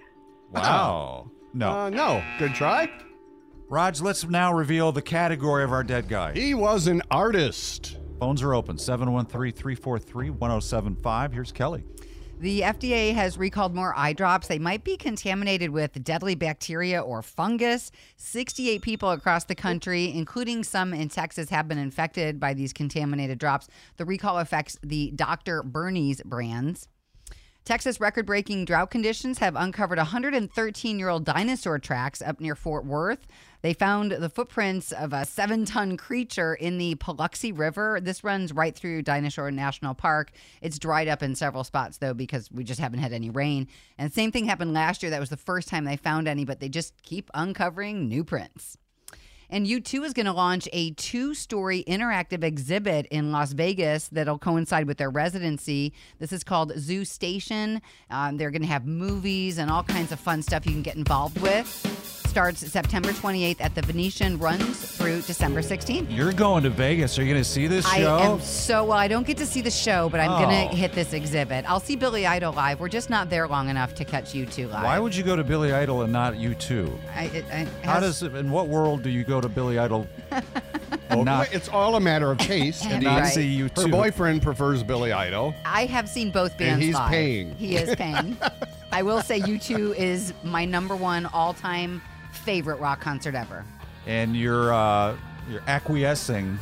Speaker 4: Wow. No.
Speaker 3: [laughs] Uh, no. Good try.
Speaker 4: Raj, let's now reveal the category of our dead guy.
Speaker 3: He was an artist.
Speaker 4: Phones are open 713 343 1075. Here's Kelly.
Speaker 11: The FDA has recalled more eye drops. They might be contaminated with deadly bacteria or fungus. 68 people across the country, including some in Texas, have been infected by these contaminated drops. The recall affects the Dr. Bernie's brands. Texas record breaking drought conditions have uncovered 113 year old dinosaur tracks up near Fort Worth. They found the footprints of a seven ton creature in the Paluxy River. This runs right through Dinosaur National Park. It's dried up in several spots, though, because we just haven't had any rain. And same thing happened last year. That was the first time they found any, but they just keep uncovering new prints. And U2 is going to launch a two story interactive exhibit in Las Vegas that'll coincide with their residency. This is called Zoo Station. Um, they're going to have movies and all kinds of fun stuff you can get involved with. It's starts September 28th at the Venetian, runs through December 16th.
Speaker 4: You're going to Vegas. Are you going to see this
Speaker 11: I
Speaker 4: show?
Speaker 11: am so well. I don't get to see the show, but I'm
Speaker 4: Oh.
Speaker 11: gonna hit this exhibit. I'll see Billy Idol live. We're just not there long enough to catch you two live.
Speaker 4: Why would you go to Billy Idol and not you too?
Speaker 11: I, it, I,
Speaker 4: How does in what world do you go to
Speaker 11: [laughs]
Speaker 4: Billy Idol?
Speaker 3: Well, it's all a matter of taste.
Speaker 11: And
Speaker 3: Denise.
Speaker 11: I see
Speaker 4: you
Speaker 3: Her
Speaker 4: too.
Speaker 3: boyfriend prefers Billy Idol.
Speaker 11: I have seen both bands
Speaker 3: And he's
Speaker 11: live.
Speaker 3: paying.
Speaker 11: He is
Speaker 4: [laughs]
Speaker 11: paying. I will say U2 is my number one all-time favorite rock concert ever.
Speaker 4: and you're uh, you're acquiescing.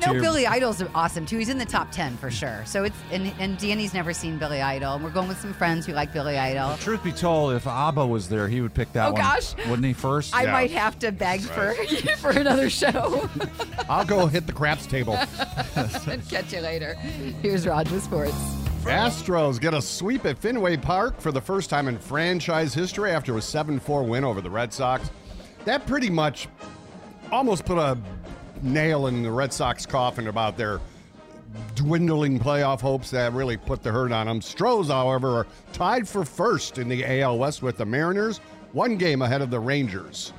Speaker 4: to
Speaker 11: No,
Speaker 4: your-
Speaker 11: Billy Idol's awesome too. He's in the top ten for sure. So it's and and Danny's never seen Billy Idol. And we're going with some friends who like Billy Idol.
Speaker 4: Truth be told, if Abba was there, he would pick that
Speaker 11: Oh,
Speaker 4: one,
Speaker 11: gosh.
Speaker 4: wouldn't he? First,
Speaker 11: I might have to beg for [laughs] for another show.
Speaker 3: I'll go hit the craps table.
Speaker 11: Catch you later. Here's Roger Sports.
Speaker 3: Astros get a sweep at Fenway Park for the first time in franchise history after a 7 4 win over the Red Sox. That pretty much almost put a nail in the Red Sox coffin about their dwindling playoff hopes that really put the hurt on them. Stros, however, are tied for first in the AL West with the Mariners, one game ahead of the Rangers.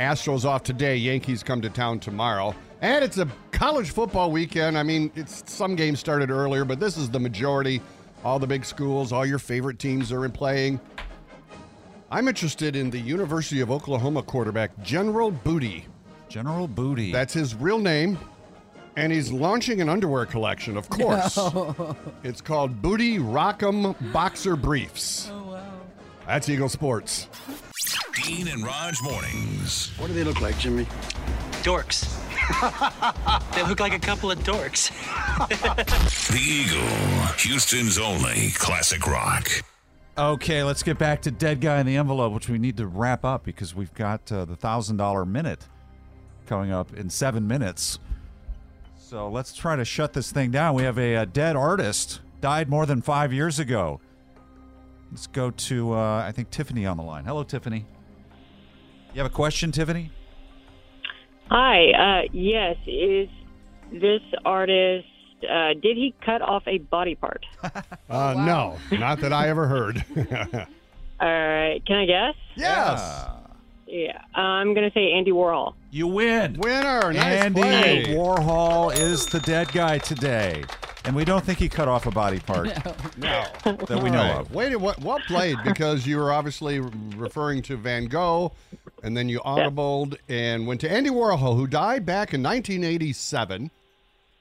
Speaker 3: Astros off today. Yankees come to town tomorrow. And it's a college football weekend. I mean, it's some games started earlier, but this is the majority. All the big schools, all your favorite teams are in playing. I'm interested in the University of Oklahoma quarterback, General Booty.
Speaker 4: General Booty.
Speaker 3: That's his real name. And he's launching an underwear collection,
Speaker 18: [laughs]
Speaker 3: of course. It's called Booty Rock'em Boxer Briefs. Oh, wow. That's Eagle Sports.
Speaker 1: Dean and Raj mornings.
Speaker 7: What do they look like, Jimmy?
Speaker 3: Uh,
Speaker 26: [laughs]
Speaker 10: Dorks. they look like a couple of dorks. [laughs]
Speaker 1: The Eagle, Houston's only classic rock.
Speaker 4: Okay, let's get back to Dead Guy in the Envelope, which we need to wrap up because we've got uh, the $1,000 minute coming up in seven minutes. So let's try to shut this thing down. We have a, uh dead artist, died more than five years ago. Let's go to, uh, I think, Tiffany on the line. Hello, Tiffany. You have a question, Tiffany?
Speaker 12: Hi. Uh, yes, is this artist? Uh, did he cut off a body part?
Speaker 3: Uh, No, not that I ever [laughs] heard.
Speaker 12: All right. Can I guess?
Speaker 3: Yes.
Speaker 12: Yeah. uh, I'm gonna say Andy Warhol.
Speaker 4: You win.
Speaker 3: Winner. Nice
Speaker 4: Andy
Speaker 3: play.
Speaker 4: Warhol is the dead guy today. And we don't think he cut off a
Speaker 3: [laughs]
Speaker 4: body part.
Speaker 3: No.
Speaker 4: That we know
Speaker 3: All
Speaker 4: of.
Speaker 3: Wait, what, what played? Because you were obviously referring to Van Gogh, and then you audibled and went to Andy Warhol, who died back in 1987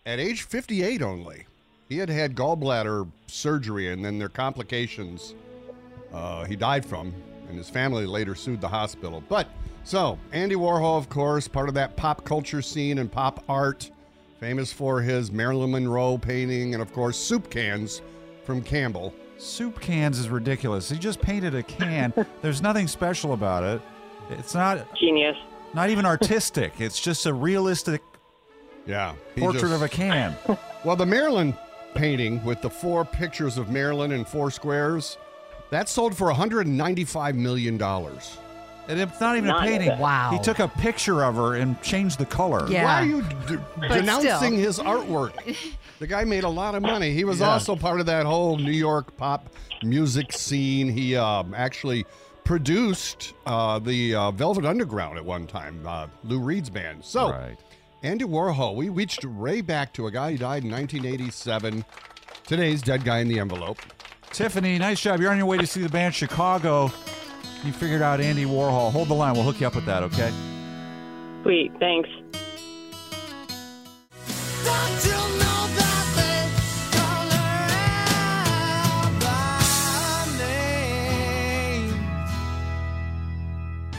Speaker 3: at age 58 only. He had had gallbladder surgery, and then their complications uh, he died from, and his family later sued the hospital. But so, Andy Warhol, of course, part of that pop culture scene and pop art, famous for his Marilyn Monroe painting, and of course, soup cans from Campbell.
Speaker 4: Soup cans is ridiculous. He just painted a can. There's nothing special about it. It's not
Speaker 12: genius.
Speaker 4: Not even artistic. it's just a realistic
Speaker 3: yeah he
Speaker 4: portrait
Speaker 3: just-
Speaker 4: of a can.
Speaker 3: [laughs] Well, the Maryland painting with the four pictures of Maryland in four squares, that sold for 195 million dollars.
Speaker 4: And it's not even a painting. He took a picture of her and changed the color.
Speaker 3: Why are you d-
Speaker 4: But
Speaker 3: denouncing
Speaker 4: still.
Speaker 3: his
Speaker 4: [laughs]
Speaker 3: artwork? The guy made a lot of money. He was
Speaker 4: Yeah.
Speaker 3: also part of that whole New York pop music scene. He um, actually produced uh, the uh, Velvet Underground at one time, uh, Lou Reed's band. So, Andy Warhol, we reached way back to a guy who died in 1987. Today's Dead Guy in the Envelope.
Speaker 4: Tiffany, nice job. You're on your way to see the band Chicago. You figured out Andy Warhol. Hold the line. We'll hook you up with that, okay?
Speaker 12: Sweet. Thanks.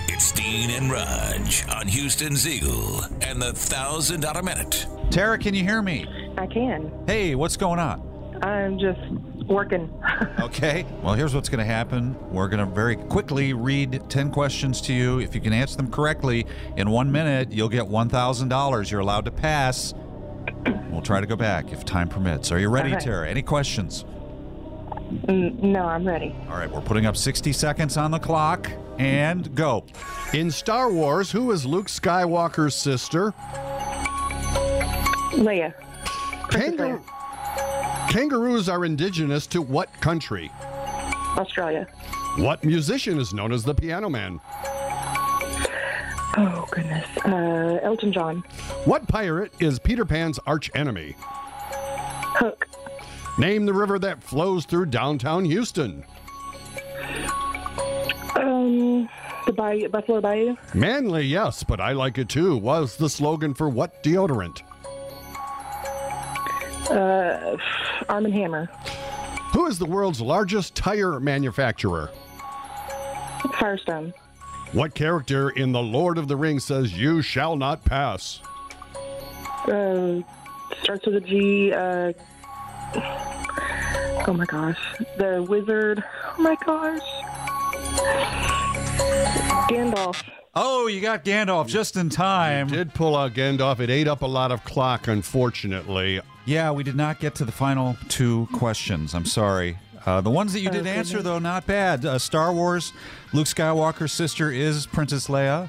Speaker 1: It's Dean and Raj on Houston's Eagle and the thousand dollar minute.
Speaker 4: Tara, can you hear me?
Speaker 13: I can.
Speaker 4: Hey, what's going on?
Speaker 13: I'm just working. [laughs]
Speaker 4: Okay. Well, here's what's going to happen. We're going to very quickly read 10 questions to you. If you can answer them correctly in one minute, you'll get $1,000. You're allowed to pass. We'll try to go back if time permits. Are you ready,
Speaker 13: All right.
Speaker 4: Tara? Any questions?
Speaker 13: Mm, no, I'm ready.
Speaker 4: All right, we're putting up 60 seconds on the clock and go.
Speaker 3: In Star Wars, who is Luke Skywalker's sister?
Speaker 13: Leia.
Speaker 3: Kangaroo. Kangaroos are indigenous to what country?
Speaker 13: Australia.
Speaker 3: What musician is known as the Piano Man?
Speaker 13: Oh, goodness. Uh, Elton John.
Speaker 3: What pirate is Peter Pan's arch enemy?
Speaker 13: Hook.
Speaker 3: Name the river that flows through downtown Houston.
Speaker 13: Um, the Bayou, Buffalo Bayou.
Speaker 3: Manly, yes, but I like it too, was the slogan for what deodorant?
Speaker 13: Uh, Arm and Hammer.
Speaker 3: Who is the world's largest tire manufacturer?
Speaker 13: Firestone.
Speaker 3: What character in The Lord of the Rings says, You shall not pass?
Speaker 13: Uh, starts with a G. Uh, oh my gosh. The Wizard. Oh my gosh. Gandalf.
Speaker 4: Oh, you got Gandalf just in time.
Speaker 3: Did pull out Gandalf. It ate up a lot of clock, unfortunately.
Speaker 4: Yeah, we did not get to the final two questions. I'm sorry. Uh, the ones that you
Speaker 13: Oh,
Speaker 4: did answer,
Speaker 13: goodness.
Speaker 4: though, not bad. Uh, Star Wars, Luke Skywalker's sister is Princess Leia.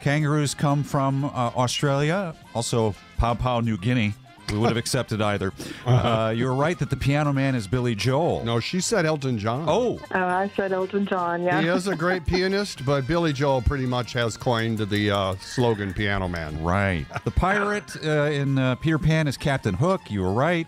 Speaker 4: Kangaroos come from uh, Australia, also Papua New Guinea.
Speaker 3: [laughs]
Speaker 4: We would have accepted either. Uh, you're right that the piano man is Billy Joel.
Speaker 3: No, she said Elton John.
Speaker 4: Oh,
Speaker 13: Oh, I said Elton John. Yeah.
Speaker 3: He is a
Speaker 19: [laughs]
Speaker 3: great pianist, but Billy Joel pretty much has coined the uh, slogan Piano Man.
Speaker 4: Right. The pirate uh, in uh, Peter Pan is Captain Hook. You were right.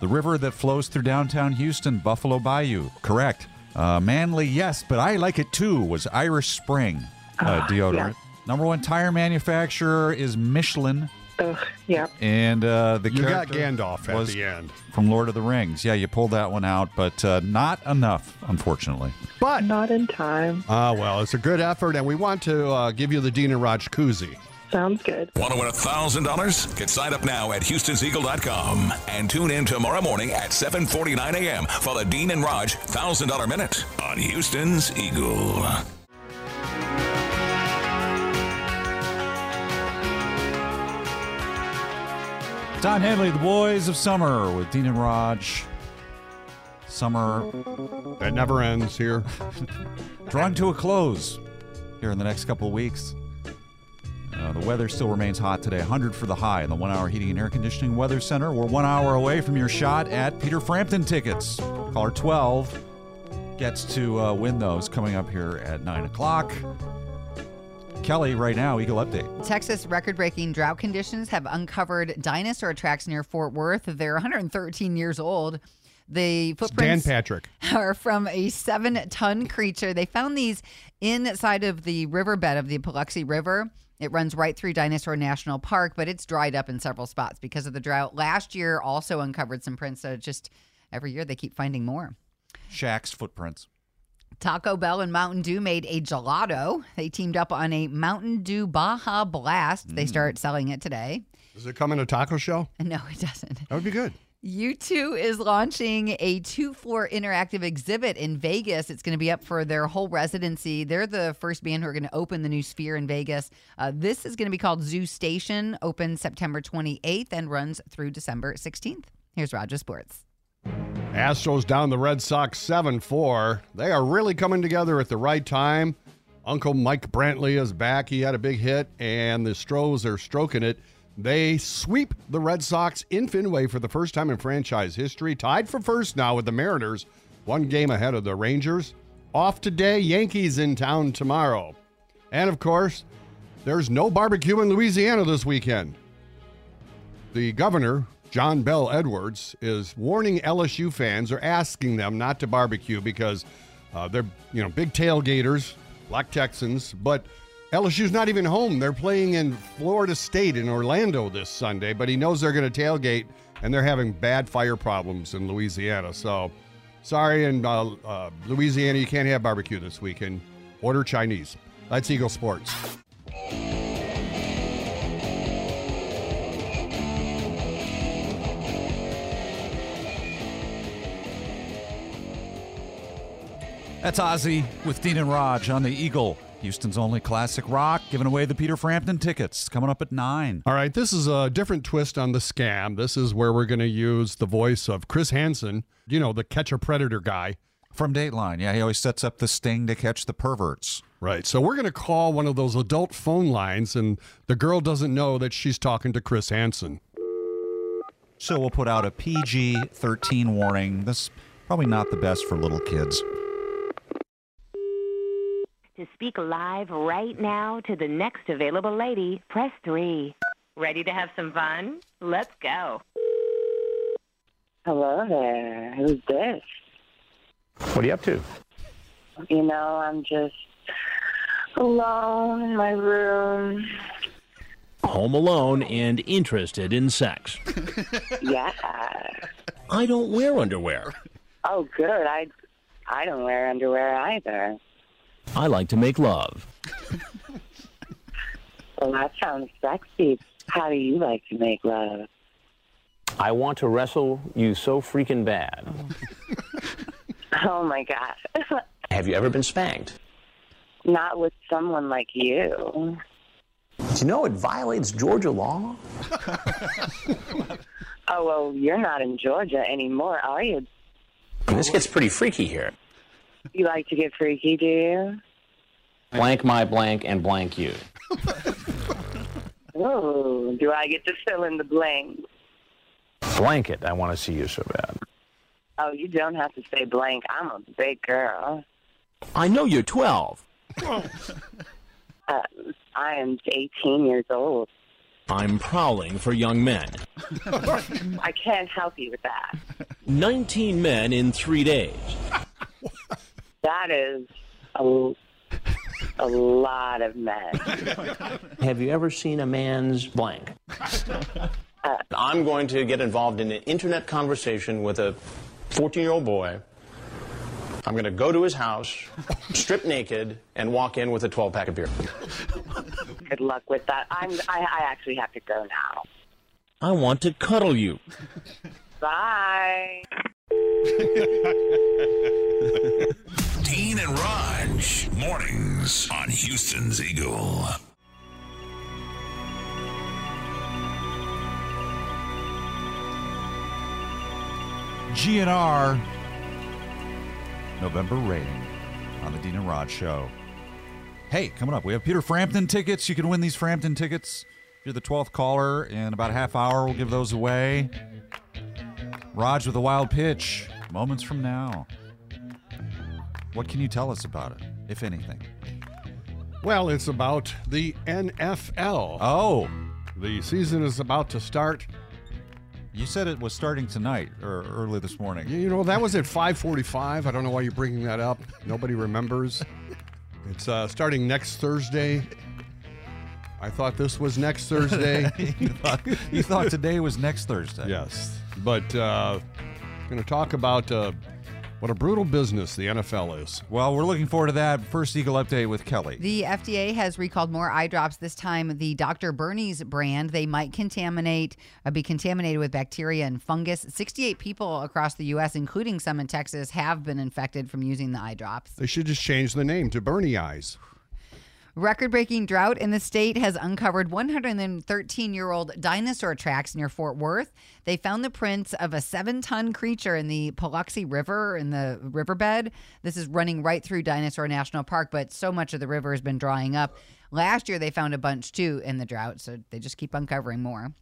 Speaker 4: The river that flows through downtown Houston, Buffalo Bayou. Correct. Uh, Manly, yes, but I like it too, was Irish Spring
Speaker 13: Ah,
Speaker 4: uh, deodorant. Number one tire manufacturer is Michelin.
Speaker 13: Ugh, yeah.
Speaker 4: And uh, the
Speaker 3: You got
Speaker 4: character
Speaker 3: Gandalf at
Speaker 4: was
Speaker 3: the end.
Speaker 4: from Lord of the Rings. Yeah, you pulled that one out, but uh, not enough, unfortunately.
Speaker 3: But
Speaker 13: [laughs] Not in time.
Speaker 3: [laughs] Ah, well, it's a good effort, and we want to uh, give you the Dina Raj koozie.
Speaker 13: Sounds good.
Speaker 1: Want to win $1,000? Get signed up now at Houston'sEagle.com and tune in tomorrow morning at 7.49 a.m. for the Dean and Raj $1,000 Minute on Houston's Eagle.
Speaker 4: Don Henley, the boys of summer with Dean and Raj. Summer
Speaker 3: That never ends
Speaker 4: [laughs]
Speaker 3: here.
Speaker 4: drawing to a close here in the next couple of weeks. Uh, the weather still remains hot today 100 for the high in the one hour heating and air conditioning weather center. We're one hour away from your shot at Peter Frampton tickets. Caller 12 gets to uh, win those coming up here at 9 o'clock. Kelly, right now, Eagle Update.
Speaker 11: Texas record breaking drought conditions have uncovered dinosaur tracks near Fort Worth. They're 113 years old. The
Speaker 3: Dan
Speaker 11: footprints
Speaker 3: Patrick.
Speaker 11: are from a seven ton creature. They found these inside of the riverbed of the Paluxy River. It runs right through Dinosaur National Park, but it's dried up in several spots because of the drought. Last year also uncovered some prints, so just every year they keep finding more.
Speaker 4: Shaq's footprints.
Speaker 11: Taco Bell and Mountain Dew made a gelato. They teamed up on a Mountain Dew Baja Blast. They start selling it today. [laughs]
Speaker 3: Does it come in a taco shell?
Speaker 11: No, it doesn't.
Speaker 3: That would be good.
Speaker 11: U2 is launching a two floor interactive exhibit in Vegas. It's going to be up for their whole residency. They're the first band who are going to open the new sphere in Vegas. Uh, this is going to be called Zoo Station, opens September 28th and runs through December 16th. Here's Roger Sports.
Speaker 3: Astros down the Red Sox 7 4. They are really coming together at the right time. Uncle Mike Brantley is back. He had a big hit, and the Stros are stroking it. They sweep the Red Sox in Fenway for the first time in franchise history, tied for first now with the Mariners, one game ahead of the Rangers. Off today, Yankees in town tomorrow. And of course, there's no barbecue in Louisiana this weekend. The governor, John Bell Edwards, is warning LSU fans or asking them not to barbecue because uh, they're, you know, big tailgaters, black Texans, but LSU's not even home. They're playing in Florida State in Orlando this Sunday, but he knows they're going to tailgate and they're having bad fire problems in Louisiana. So sorry, in uh, uh, Louisiana, you can't have barbecue this weekend. Order Chinese. That's Eagle Sports.
Speaker 4: That's Ozzy with Dean and Raj on the Eagle, Houston's only classic rock, giving away the Peter Frampton tickets coming up at 9.
Speaker 3: All right, this is a different twist on the scam. This is where we're going to use the voice of Chris Hansen, you know, the catch a predator guy.
Speaker 4: From Dateline. Yeah, he always sets up the sting to catch the perverts.
Speaker 3: Right. So we're going to call one of those adult phone lines, and the girl doesn't know that she's talking to Chris Hansen.
Speaker 4: So we'll put out a PG 13 warning. This is probably not the best for little kids.
Speaker 7: To speak live right now to the next available lady, press 3. Ready to have some fun? Let's go.
Speaker 13: Hello there. Who's this?
Speaker 14: What are you up to?
Speaker 13: You know, I'm just alone in my room.
Speaker 16: Home alone and interested in sex.
Speaker 13: Yeah.
Speaker 16: I don't wear underwear.
Speaker 13: Oh, good. I I don't wear underwear either.
Speaker 16: I like to make love.
Speaker 13: Well, that sounds sexy. How do you like to make love?
Speaker 14: I want to wrestle you so freaking bad.
Speaker 13: Oh my god.
Speaker 14: Have you ever been spanked?
Speaker 13: Not with someone like you.
Speaker 14: Do you know it violates Georgia law?
Speaker 13: Oh well, you're not in Georgia anymore, are you?
Speaker 14: This gets pretty freaky here.
Speaker 13: You like to get freaky, do you?
Speaker 14: Blank my blank and blank you.
Speaker 13: Oh, do I get to fill in the blank?
Speaker 14: Blank it. I want to see you so bad.
Speaker 13: Oh, you don't have to say blank. I'm a big girl.
Speaker 14: I know you're 12.
Speaker 13: Uh, I am 18 years old.
Speaker 16: I'm prowling for young men.
Speaker 13: I can't help you with that.
Speaker 16: 19 men in three days.
Speaker 13: That is a, a lot of men.
Speaker 14: Have you ever seen a man's blank? I'm going to get involved in an internet conversation with a 14 year old boy. I'm going to go to his house, [laughs] strip naked, and walk in with a 12 pack of beer.
Speaker 13: Good luck with that. I'm, I, I actually have to go now.
Speaker 16: I want to cuddle you.
Speaker 13: Bye.
Speaker 1: Dean and Raj, mornings on Houston's Eagle.
Speaker 4: GNR November rating on the Dean and Rod Show. Hey, coming up, we have Peter Frampton tickets. You can win these Frampton tickets. If you're the 12th caller in about a half hour, we'll give those away. Raj with a wild pitch, moments from now. What can you tell us about it, if anything?
Speaker 3: Well, it's about the NFL.
Speaker 4: Oh.
Speaker 3: The season is about to start.
Speaker 4: You said it was starting tonight or early this morning.
Speaker 3: You know, that was at 5:45. I don't know why you're bringing that up. Nobody remembers. It's uh, starting next Thursday. I thought this was next Thursday.
Speaker 4: [laughs] you, thought, [laughs]
Speaker 3: [laughs]
Speaker 4: you thought today was next Thursday.
Speaker 3: Yes, but uh, going to talk about uh, what a brutal business the NFL is.
Speaker 4: Well, we're looking forward to that. First Eagle update with Kelly.
Speaker 11: The FDA has recalled more eye drops this time. The Dr. Bernie's brand they might contaminate, uh, be contaminated with bacteria and fungus. 68 people across the U.S., including some in Texas, have been infected from using the eye drops.
Speaker 3: They should just change the name to Bernie Eyes.
Speaker 11: Record breaking drought in the state has uncovered 113 year old dinosaur tracks near Fort Worth. They found the prints of a seven ton creature in the Paluxy River in the riverbed. This is running right through Dinosaur National Park, but so much of the river has been drying up. Last year they found a bunch too in the drought, so they just keep uncovering more.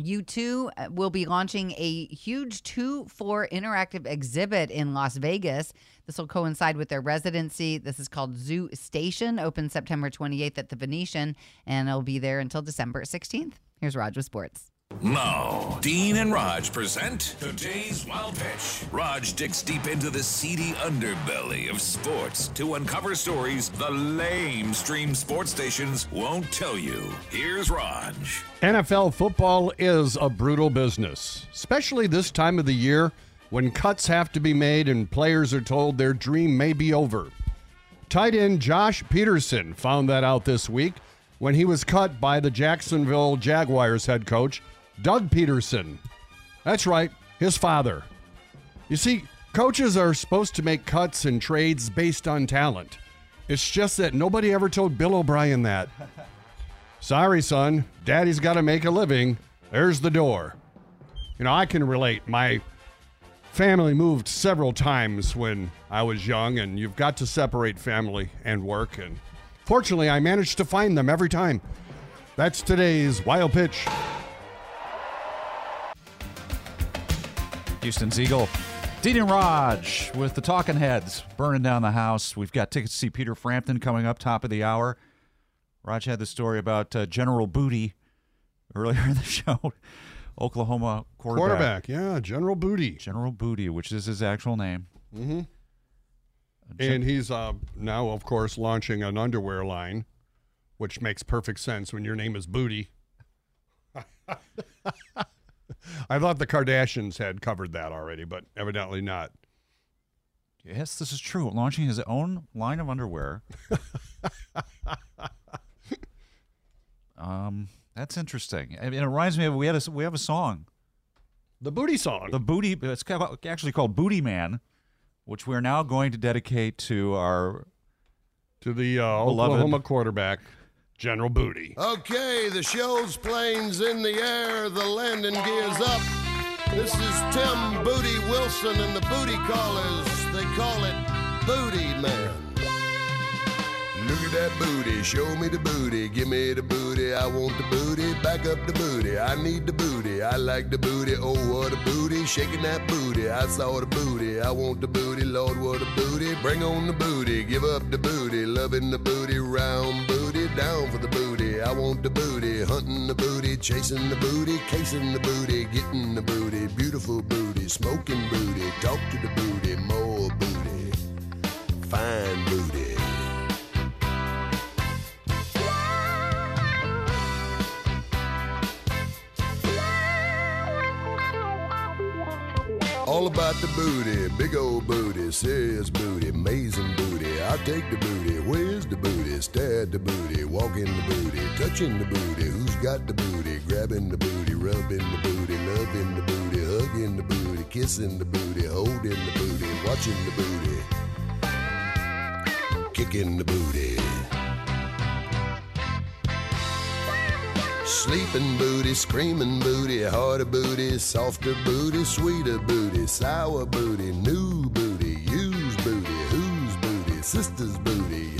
Speaker 11: U2 uh, will be launching a huge two floor interactive exhibit in Las Vegas. This will coincide with their residency. This is called Zoo Station, open September 28th at the Venetian, and it'll be there until December 16th. Here's Raj with sports.
Speaker 1: Now, Dean and Raj present today's wild pitch. Raj digs deep into the seedy underbelly of sports to uncover stories the lame stream sports stations won't tell you. Here's Raj.
Speaker 3: NFL football is a brutal business, especially this time of the year when cuts have to be made and players are told their dream may be over. Tight end Josh Peterson found that out this week when he was cut by the Jacksonville Jaguars head coach, Doug Peterson. That's right, his father. You see, coaches are supposed to make cuts and trades based on talent. It's just that nobody ever told Bill O'Brien that. Sorry, son, daddy's got to make a living. There's the door. You know, I can relate. My family moved several times when I was young, and you've got to separate family and work. And fortunately, I managed to find them every time. That's today's wild pitch.
Speaker 4: Houston's Eagle. Dean and Raj with the Talking Heads burning down the house. We've got tickets to see Peter Frampton coming up top of the hour. Raj had the story about uh, General Booty earlier [laughs] in the show. Oklahoma quarterback.
Speaker 3: Quarterback, yeah, General Booty.
Speaker 4: General Booty, which is his actual name.
Speaker 3: Mm-hmm. And he's uh, now, of course, launching an underwear line, which makes perfect sense when your name is Booty. [laughs] I thought the Kardashians had covered that already, but evidently not.
Speaker 4: Yes, this is true. Launching his own line of
Speaker 3: [laughs]
Speaker 4: underwear. um, that's interesting. I mean, it reminds me of we had a we have a song,
Speaker 3: the Booty Song.
Speaker 4: The booty. It's kind of- actually called Booty Man, which we're now going to dedicate to our
Speaker 3: to the uh,
Speaker 4: beloved
Speaker 3: Oklahoma quarterback, General Booty.
Speaker 2: Okay, the show's planes in the air, the landing gear's up. This is Tim Booty Wilson and the Booty Callers. They call it Booty Man. Look at that booty, show me the booty, give me the booty, I want the booty, back up the booty, I need the booty, I like the booty, oh what a booty, shaking that booty, I saw the booty, I want the booty, Lord what a booty, bring on the booty, give up the booty, loving the booty, round booty, down for the booty, I want the booty, hunting the booty, chasing the booty, casing the booty, getting the booty, beautiful booty, smoking booty, talk to the booty, more booty, fine booty. All about the booty, big old booty, serious booty, amazing booty. I take the booty, where's the booty? Stare at the booty, walk in the booty, touching the booty. Who's got the booty? Grabbing the booty, rubbing the booty, loving the booty, hugging the booty, kissing the booty, holding the booty, watching the booty, kicking the booty. Sleeping booty, screaming booty, harder booty, softer booty, sweeter booty, sour booty, new booty, used booty, whose booty, sister's booty,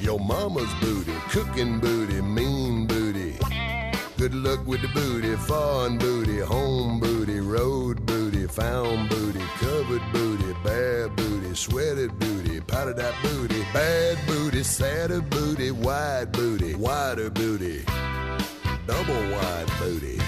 Speaker 2: your mama's booty, cooking booty, mean booty. Good luck with the booty, foreign booty, home booty, road booty, found booty, covered booty, bare booty, sweated booty, powdered out booty, bad booty, sadder booty, wide booty, wider booty double wide booty.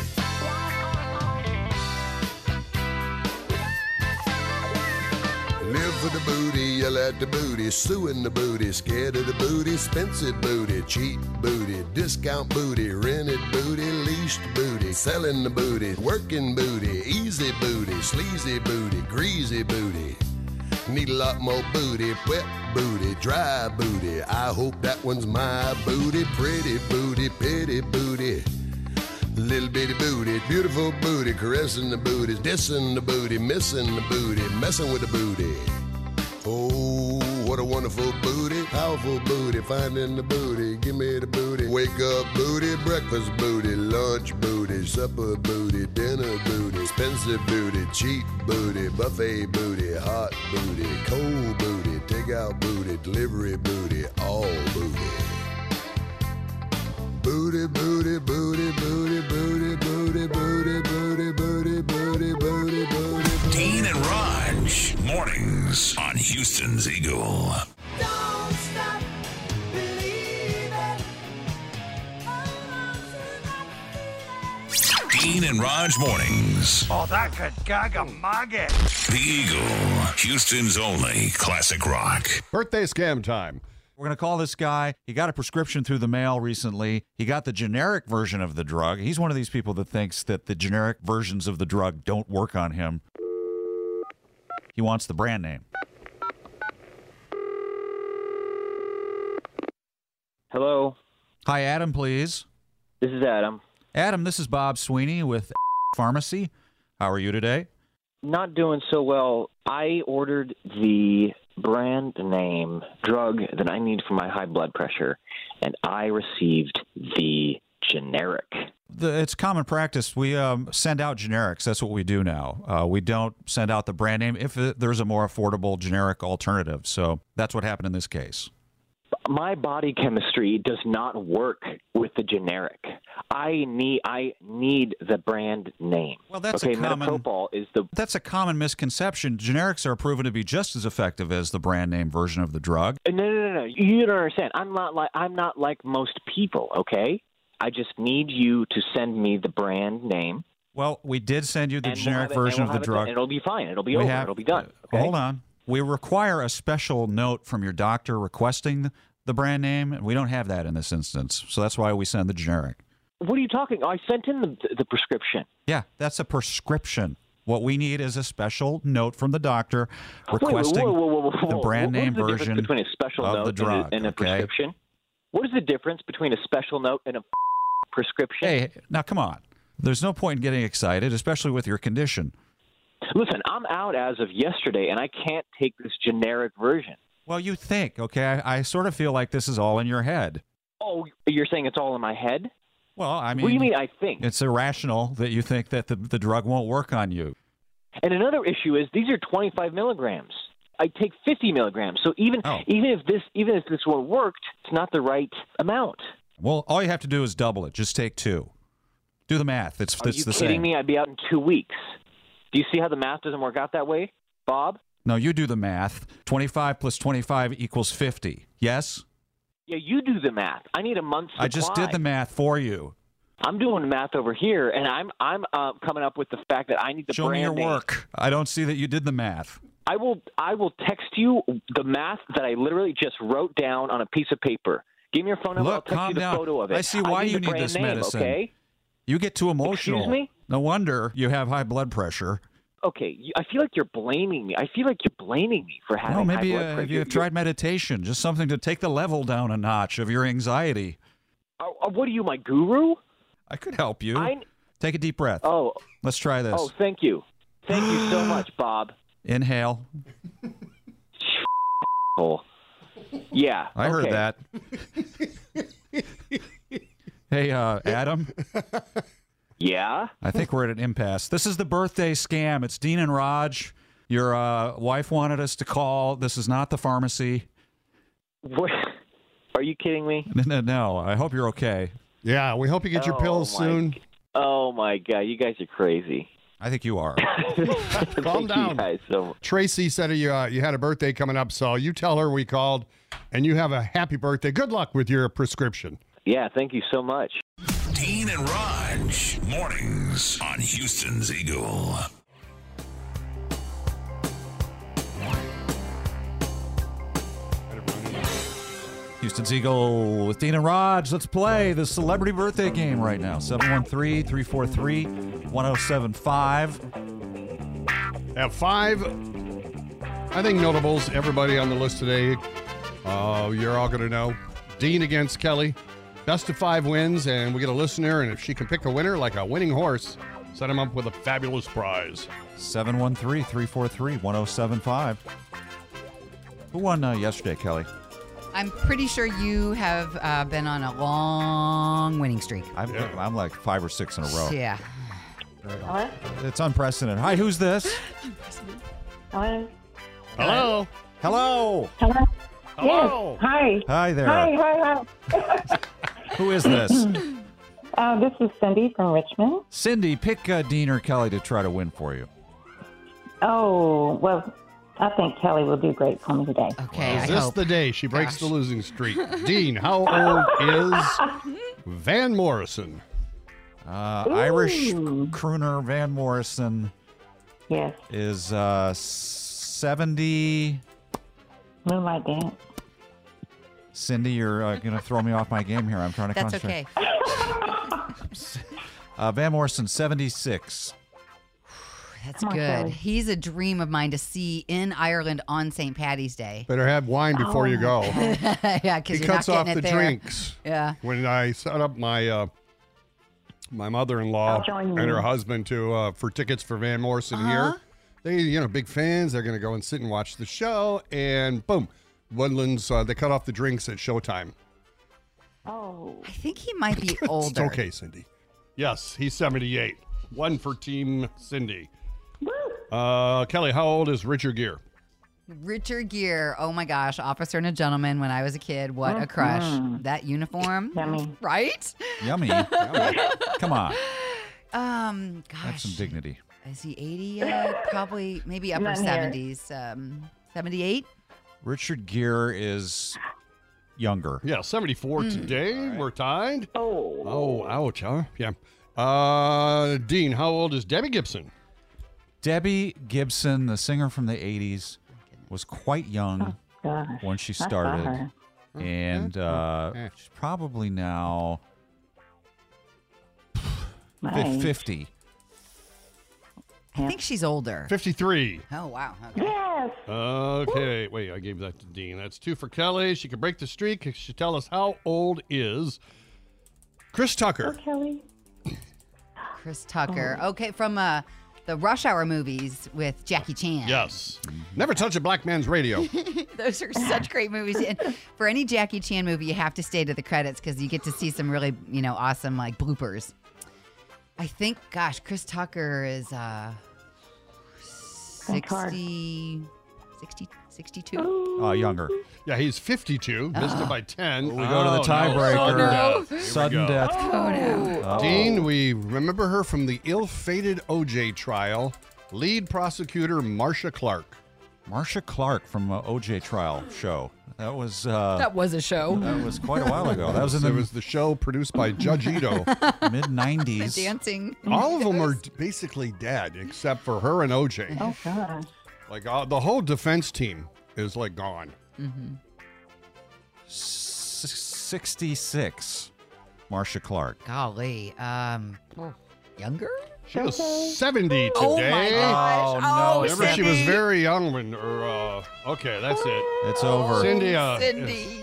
Speaker 2: Live for the booty, yell at the booty, suing the booty, scared of the booty, expensive booty, cheap booty, discount booty, rented booty, leased booty, selling the booty, working booty, easy booty, sleazy booty, greasy booty. Need a lot more booty, wet booty, dry booty. I hope that one's my booty, pretty booty, pity booty. Little bitty booty, beautiful booty, caressing the booty, dissing the booty, missing the booty, messing with the booty. Oh, what a wonderful booty, powerful booty, finding the booty, give me the booty. Wake up booty, breakfast booty, lunch booty, supper booty, dinner booty, expensive booty, cheap booty, buffet booty, hot booty, cold booty, takeout booty, delivery booty, all booty. Booty, booty, booty, booty, booty, booty, booty, booty, booty, booty, booty, booty.
Speaker 1: Dean and Raj, mornings on Houston's Eagle. Dean and Raj mornings.
Speaker 17: Oh, that could gag a maggot.
Speaker 1: The Eagle, Houston's only classic rock.
Speaker 3: Birthday scam time.
Speaker 4: We're going to call this guy. He got a prescription through the mail recently. He got the generic version of the drug. He's one of these people that thinks that the generic versions of the drug don't work on him. He wants the brand name.
Speaker 18: Hello.
Speaker 4: Hi, Adam, please.
Speaker 18: This is Adam.
Speaker 4: Adam, this is Bob Sweeney with Pharmacy. How are you today?
Speaker 18: Not doing so well. I ordered the brand name drug that I need for my high blood pressure, and I received the generic.
Speaker 4: The, it's common practice. We um, send out generics. That's what we do now. Uh, we don't send out the brand name if uh, there's a more affordable generic alternative. So that's what happened in this case.
Speaker 18: my body chemistry does not work with the generic. I need I need the brand name.
Speaker 4: Well, that's
Speaker 18: okay,
Speaker 4: a common
Speaker 18: Metacopol is the
Speaker 4: that's a common misconception. Generics are proven to be just as effective as the brand name version of the drug.
Speaker 18: No, no, no, no. You don't understand. I'm not like I'm not like most people. Okay, I just need you to send me the brand name.
Speaker 4: Well, we did send you the
Speaker 18: and we'll
Speaker 4: generic
Speaker 18: have it- and
Speaker 4: version
Speaker 18: we'll
Speaker 4: of
Speaker 18: have
Speaker 4: the
Speaker 18: it done,
Speaker 4: drug.
Speaker 18: and it'll be fine. It'll be
Speaker 4: We
Speaker 18: over.
Speaker 4: have-
Speaker 18: it'll be done.
Speaker 4: uh, Hold on. We require a special note from your doctor requesting the brand name, and we don't have that in this instance. So that's why we send the generic.
Speaker 18: What are you talking? I sent in the, the prescription.
Speaker 4: Yeah, that's a prescription. What we need is a special note from the doctor
Speaker 18: Wait, wait,
Speaker 4: requesting
Speaker 18: whoa, whoa, whoa, whoa,
Speaker 4: the
Speaker 18: whoa.
Speaker 4: brand
Speaker 18: What is
Speaker 4: name
Speaker 18: the difference
Speaker 4: version
Speaker 18: between a special
Speaker 4: of
Speaker 18: note
Speaker 4: the
Speaker 18: and a-
Speaker 4: drug
Speaker 18: and a
Speaker 4: okay?
Speaker 18: prescription? What is the difference between a special note and a [laughs] prescription?
Speaker 4: Hey, now come on. There's no point in getting excited, especially with your condition.
Speaker 18: Listen, I'm out as of yesterday, and I can't take this generic version.
Speaker 4: Well, you think, okay? I, I sort of feel like this is all in your head.
Speaker 18: Oh, you're saying it's all in my head?
Speaker 4: Well, I mean,
Speaker 18: what do you mean? I think.
Speaker 4: It's irrational that you think that the, the drug won't work on you.
Speaker 18: And another issue is these are 25 milligrams. I take 50 milligrams. So even
Speaker 4: Oh.
Speaker 18: even if this even if this one worked, it's not the right amount.
Speaker 4: Well, all you have to do is double it. Just take two. Do the math. It's,
Speaker 18: Are
Speaker 4: it's
Speaker 18: you
Speaker 4: the
Speaker 18: kidding
Speaker 4: same.
Speaker 18: me? I'd be out in two weeks. Do you see how the math doesn't work out that way, Bob?
Speaker 4: No, you do the math. 25 plus 25 equals 50. Yes?
Speaker 18: Yeah, you do the math. I need a month's
Speaker 4: I just did
Speaker 18: supply.
Speaker 4: the math for you.
Speaker 18: I'm doing math over here, and I'm I'm uh, coming up with the fact that I need the
Speaker 4: Show me
Speaker 18: brand
Speaker 4: your
Speaker 18: name.
Speaker 4: work. I don't see that you did the math.
Speaker 18: I will I will text you the math that I literally just wrote down on a piece of paper. Give me your phone number.
Speaker 4: Look,
Speaker 18: Oh, I'll text
Speaker 4: calm
Speaker 18: you the
Speaker 4: down.
Speaker 18: photo of it.
Speaker 4: I see why
Speaker 18: need
Speaker 4: you
Speaker 18: the
Speaker 4: need
Speaker 18: brand
Speaker 4: this
Speaker 18: name,
Speaker 4: medicine.
Speaker 18: Okay.
Speaker 4: You get too emotional.
Speaker 18: me?
Speaker 4: No wonder you have high blood pressure.
Speaker 18: Okay. you- I feel like you're blaming me. I feel like you're blaming me for having
Speaker 4: No, maybe
Speaker 18: high blood
Speaker 4: uh,
Speaker 18: pressure.
Speaker 4: if you have tried meditation, just something to take the level down a notch of your anxiety.
Speaker 18: Oh, oh, what are you, my guru?
Speaker 4: I could help you.
Speaker 18: I-
Speaker 4: Take a deep breath.
Speaker 18: Oh.
Speaker 4: Let's try this.
Speaker 18: Oh, thank you. Thank you
Speaker 4: [gasps]
Speaker 18: so much, Bob.
Speaker 4: Inhale.
Speaker 18: Yeah.
Speaker 4: I heard
Speaker 18: okay.
Speaker 4: that.
Speaker 18: [laughs]
Speaker 4: Hey, uh, Adam.
Speaker 18: Yeah.
Speaker 4: I think we're at an impasse. This is the birthday scam. It's Dean and Raj. Your uh, wife wanted us to call. This is not the pharmacy. [laughs]
Speaker 18: What? [laughs] Are you kidding me?
Speaker 4: No, no, no. I hope you're okay.
Speaker 3: Yeah, we hope you get your
Speaker 18: Oh,
Speaker 3: pills
Speaker 18: my
Speaker 3: soon.
Speaker 18: Oh my God, you guys are crazy.
Speaker 4: I think
Speaker 18: [laughs]
Speaker 4: you are.
Speaker 18: Thank
Speaker 3: down.
Speaker 18: you guys so much.
Speaker 3: Tracy said you uh, you had a birthday coming up, so you tell her we called, and you have a happy birthday. Good luck with your prescription.
Speaker 18: Yeah, thank you so much.
Speaker 1: Dean and Raj, mornings on Houston's Eagle.
Speaker 4: Houston's Eagle with Dean and Raj. Let's play the celebrity birthday game right now. 713 343 1075.
Speaker 3: At five, I think notables. Everybody on the list today, uh, you're all going to know. Dean against Kelly, best of five wins, and we get a listener. And if she can pick a winner, like a winning horse, set him up with a fabulous prize.
Speaker 4: 713 343 1075. Who won uh, yesterday, Kelly?
Speaker 11: I'm pretty sure you have uh, been on a long winning streak.
Speaker 4: I'm, I'm like five or six in a row.
Speaker 11: Yeah.
Speaker 13: Hello?
Speaker 4: It's unprecedented. Hi, who's this?
Speaker 13: Hello?
Speaker 3: Hello.
Speaker 4: Hello.
Speaker 13: Hello?
Speaker 3: Hello.
Speaker 13: Yes. Hi.
Speaker 4: Hi there.
Speaker 13: Hi, hi,
Speaker 4: Who is
Speaker 19: [clears throat]
Speaker 4: this?
Speaker 13: hi. Uh, this is Cindy from Richmond.
Speaker 4: Cindy, pick uh, Dean or Kelly to try to win for you.
Speaker 13: Oh, well, I think Kelly will do great for me today.
Speaker 11: Okay,
Speaker 3: Is this the day she breaks the losing streak? Dean, how old is Van Morrison?
Speaker 4: Uh, Irish crooner Van Morrison
Speaker 13: Yes,
Speaker 4: is uh, 70.
Speaker 13: Moonlight Dance.
Speaker 4: Cindy, you're uh, going to throw me off my game here. I'm trying to
Speaker 11: That's
Speaker 4: concentrate.
Speaker 11: okay.
Speaker 4: Uh, Van Morrison, 76.
Speaker 11: That's
Speaker 13: Come on,
Speaker 11: good.
Speaker 13: Kelly.
Speaker 11: He's a dream of mine to see in Ireland on St. Patty's Day.
Speaker 3: Better have wine before you go.
Speaker 13: Oh.
Speaker 11: [laughs] Oh. yeah, because
Speaker 3: He
Speaker 11: you're
Speaker 3: cuts
Speaker 11: not
Speaker 3: off
Speaker 11: getting
Speaker 3: the
Speaker 11: it there.
Speaker 3: drinks.
Speaker 11: Yeah.
Speaker 3: When I set up my uh, my mother-in-law
Speaker 13: I'll join
Speaker 3: and
Speaker 13: you.
Speaker 3: her husband to uh, for tickets for Van Morrison
Speaker 11: Uh-huh.
Speaker 3: here, they you know big fans. They're going to go and sit and watch the show, and boom, Woodlands uh, they cut off the drinks at showtime.
Speaker 13: Oh.
Speaker 11: I think he might be
Speaker 3: It's
Speaker 11: older.
Speaker 3: okay, Cindy. Yes, he's seventy-eight. One for Team Cindy. Uh, Kelly, how old is Richard Gere?
Speaker 11: Richard Gere. Oh my gosh, Officer and a Gentleman. When I was a kid, what a crush!
Speaker 13: Mm-hmm.
Speaker 4: Mhm.
Speaker 11: That uniform,
Speaker 13: Yummy.
Speaker 11: right?
Speaker 4: Yummy. Yummy. Come on.
Speaker 11: Um,
Speaker 4: Have
Speaker 11: gosh,
Speaker 4: some dignity.
Speaker 11: is he eighty
Speaker 13: [laughs]
Speaker 11: yet? Probably, maybe upper
Speaker 13: Not here.
Speaker 11: seventies. Um, seventy-eight.
Speaker 4: Richard Gere is younger.
Speaker 3: Yeah,
Speaker 13: Hmm.
Speaker 3: 74 today. We're tied. Oh. Oh, ouch, huh? Yeah. Uh, Dean, how old is Debbie Gibson?
Speaker 4: Debbie Gibson, the singer from the 80s,
Speaker 13: Oh,
Speaker 4: was quite young
Speaker 13: Gosh.
Speaker 4: when she
Speaker 13: I saw
Speaker 4: started.
Speaker 13: her.
Speaker 3: Oh,
Speaker 4: And uh, she's probably now fif-
Speaker 11: Nice.
Speaker 4: 50.
Speaker 11: I think she's older.
Speaker 3: 53.
Speaker 11: Oh wow. Okay.
Speaker 13: Yes.
Speaker 3: Okay, wait, I gave that to Dean. That's two for Kelly. She could break the streak. She should tell us how old is Chris Tucker.
Speaker 13: Kelly. Oh.
Speaker 11: Chris Tucker. Okay, from uh, the Rush Hour movies with Jackie Chan.
Speaker 3: Yes. Mm-hmm. Never touch a black man's radio.
Speaker 11: [laughs] Those are such great movies. And for any Jackie Chan movie, you have to stay to the credits because you get to see some really, you know, awesome like bloopers. I think, gosh, Chris Tucker is uh, 60, 60, 62.
Speaker 4: Uh, younger.
Speaker 3: Yeah, he's 52. Missed it by 10.
Speaker 4: We go to the
Speaker 3: Oh, no.
Speaker 4: tiebreaker.
Speaker 3: Sudden death. Here we
Speaker 4: Sudden
Speaker 3: go.
Speaker 4: death. Oh.
Speaker 3: Uh-oh. Dean, we remember her from the ill-fated OJ trial. Lead prosecutor Marsha Clark.
Speaker 4: Marsha Clark from uh, OJ Trial show. That was
Speaker 3: Oh.
Speaker 4: uh,
Speaker 11: That was a show.
Speaker 4: That was quite a
Speaker 11: [laughs]
Speaker 4: while ago. That was in
Speaker 3: It
Speaker 4: the
Speaker 3: was the show produced by Judge
Speaker 4: [laughs]
Speaker 3: Ito.
Speaker 4: mid '90s.
Speaker 11: Dancing.
Speaker 3: All of them
Speaker 11: [laughs]
Speaker 3: are d- basically dead except for her and OJ.
Speaker 13: Oh gosh.
Speaker 3: Like uh, the whole defense team is like gone.
Speaker 11: Mhm.
Speaker 4: S- '66. Marsha Clark.
Speaker 11: Golly. Um, younger?
Speaker 3: Oh. She was 70 today.
Speaker 11: Oh, my gosh. Oh,
Speaker 4: Oh,
Speaker 3: Remember, she was
Speaker 11: Cindy.
Speaker 3: very young when, or, uh, okay, that's it.
Speaker 4: It's
Speaker 11: Oh,
Speaker 4: over.
Speaker 3: Cindy, uh,
Speaker 19: Cindy.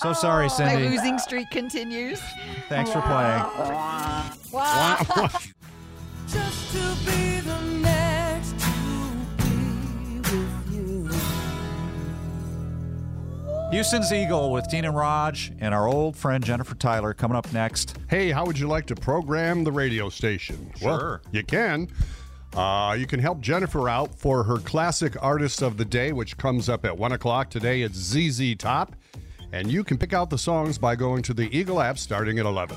Speaker 4: So
Speaker 13: Oh,
Speaker 4: sorry,
Speaker 19: My
Speaker 4: Cindy.
Speaker 19: losing streak continues.
Speaker 4: Thanks for playing.
Speaker 19: [laughs] Wow. [laughs] Just to be the next to be with you.
Speaker 4: Houston's Eagle with Dean and Raj and our old friend Jennifer Tyler coming up next.
Speaker 3: Hey, how would you like to program the radio station?
Speaker 4: Sure.
Speaker 3: you can. Uh, you can help Jennifer out for her classic artist of the day, which comes up at 1 o'clock. Today it's ZZ Top. And you can pick out the songs by going to the Eagle app starting at 11.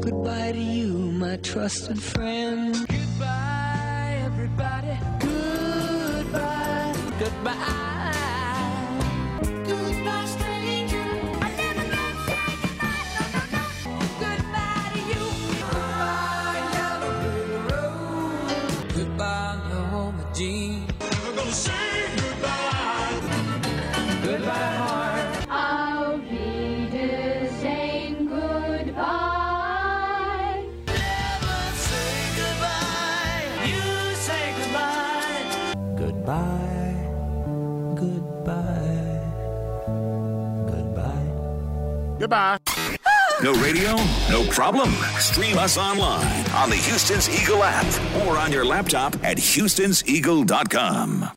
Speaker 19: Goodbye to you, my trusted friend. Goodbye, everybody. Goodbye. Goodbye. Goodbye, stranger. I never meant to say goodbye. No, no, no. Goodbye to you. Goodbye, yellow brick road. Goodbye, my home of jeans. Never gonna say goodbye. Goodbye, heart.
Speaker 20: I'll be just saying goodbye.
Speaker 19: Never say goodbye. You say goodbye. Goodbye, goodbye, goodbye.
Speaker 1: Goodbye. No radio? No problem. Stream us online on the Houston's Eagle app or on your laptop at Houston'sEagle.com.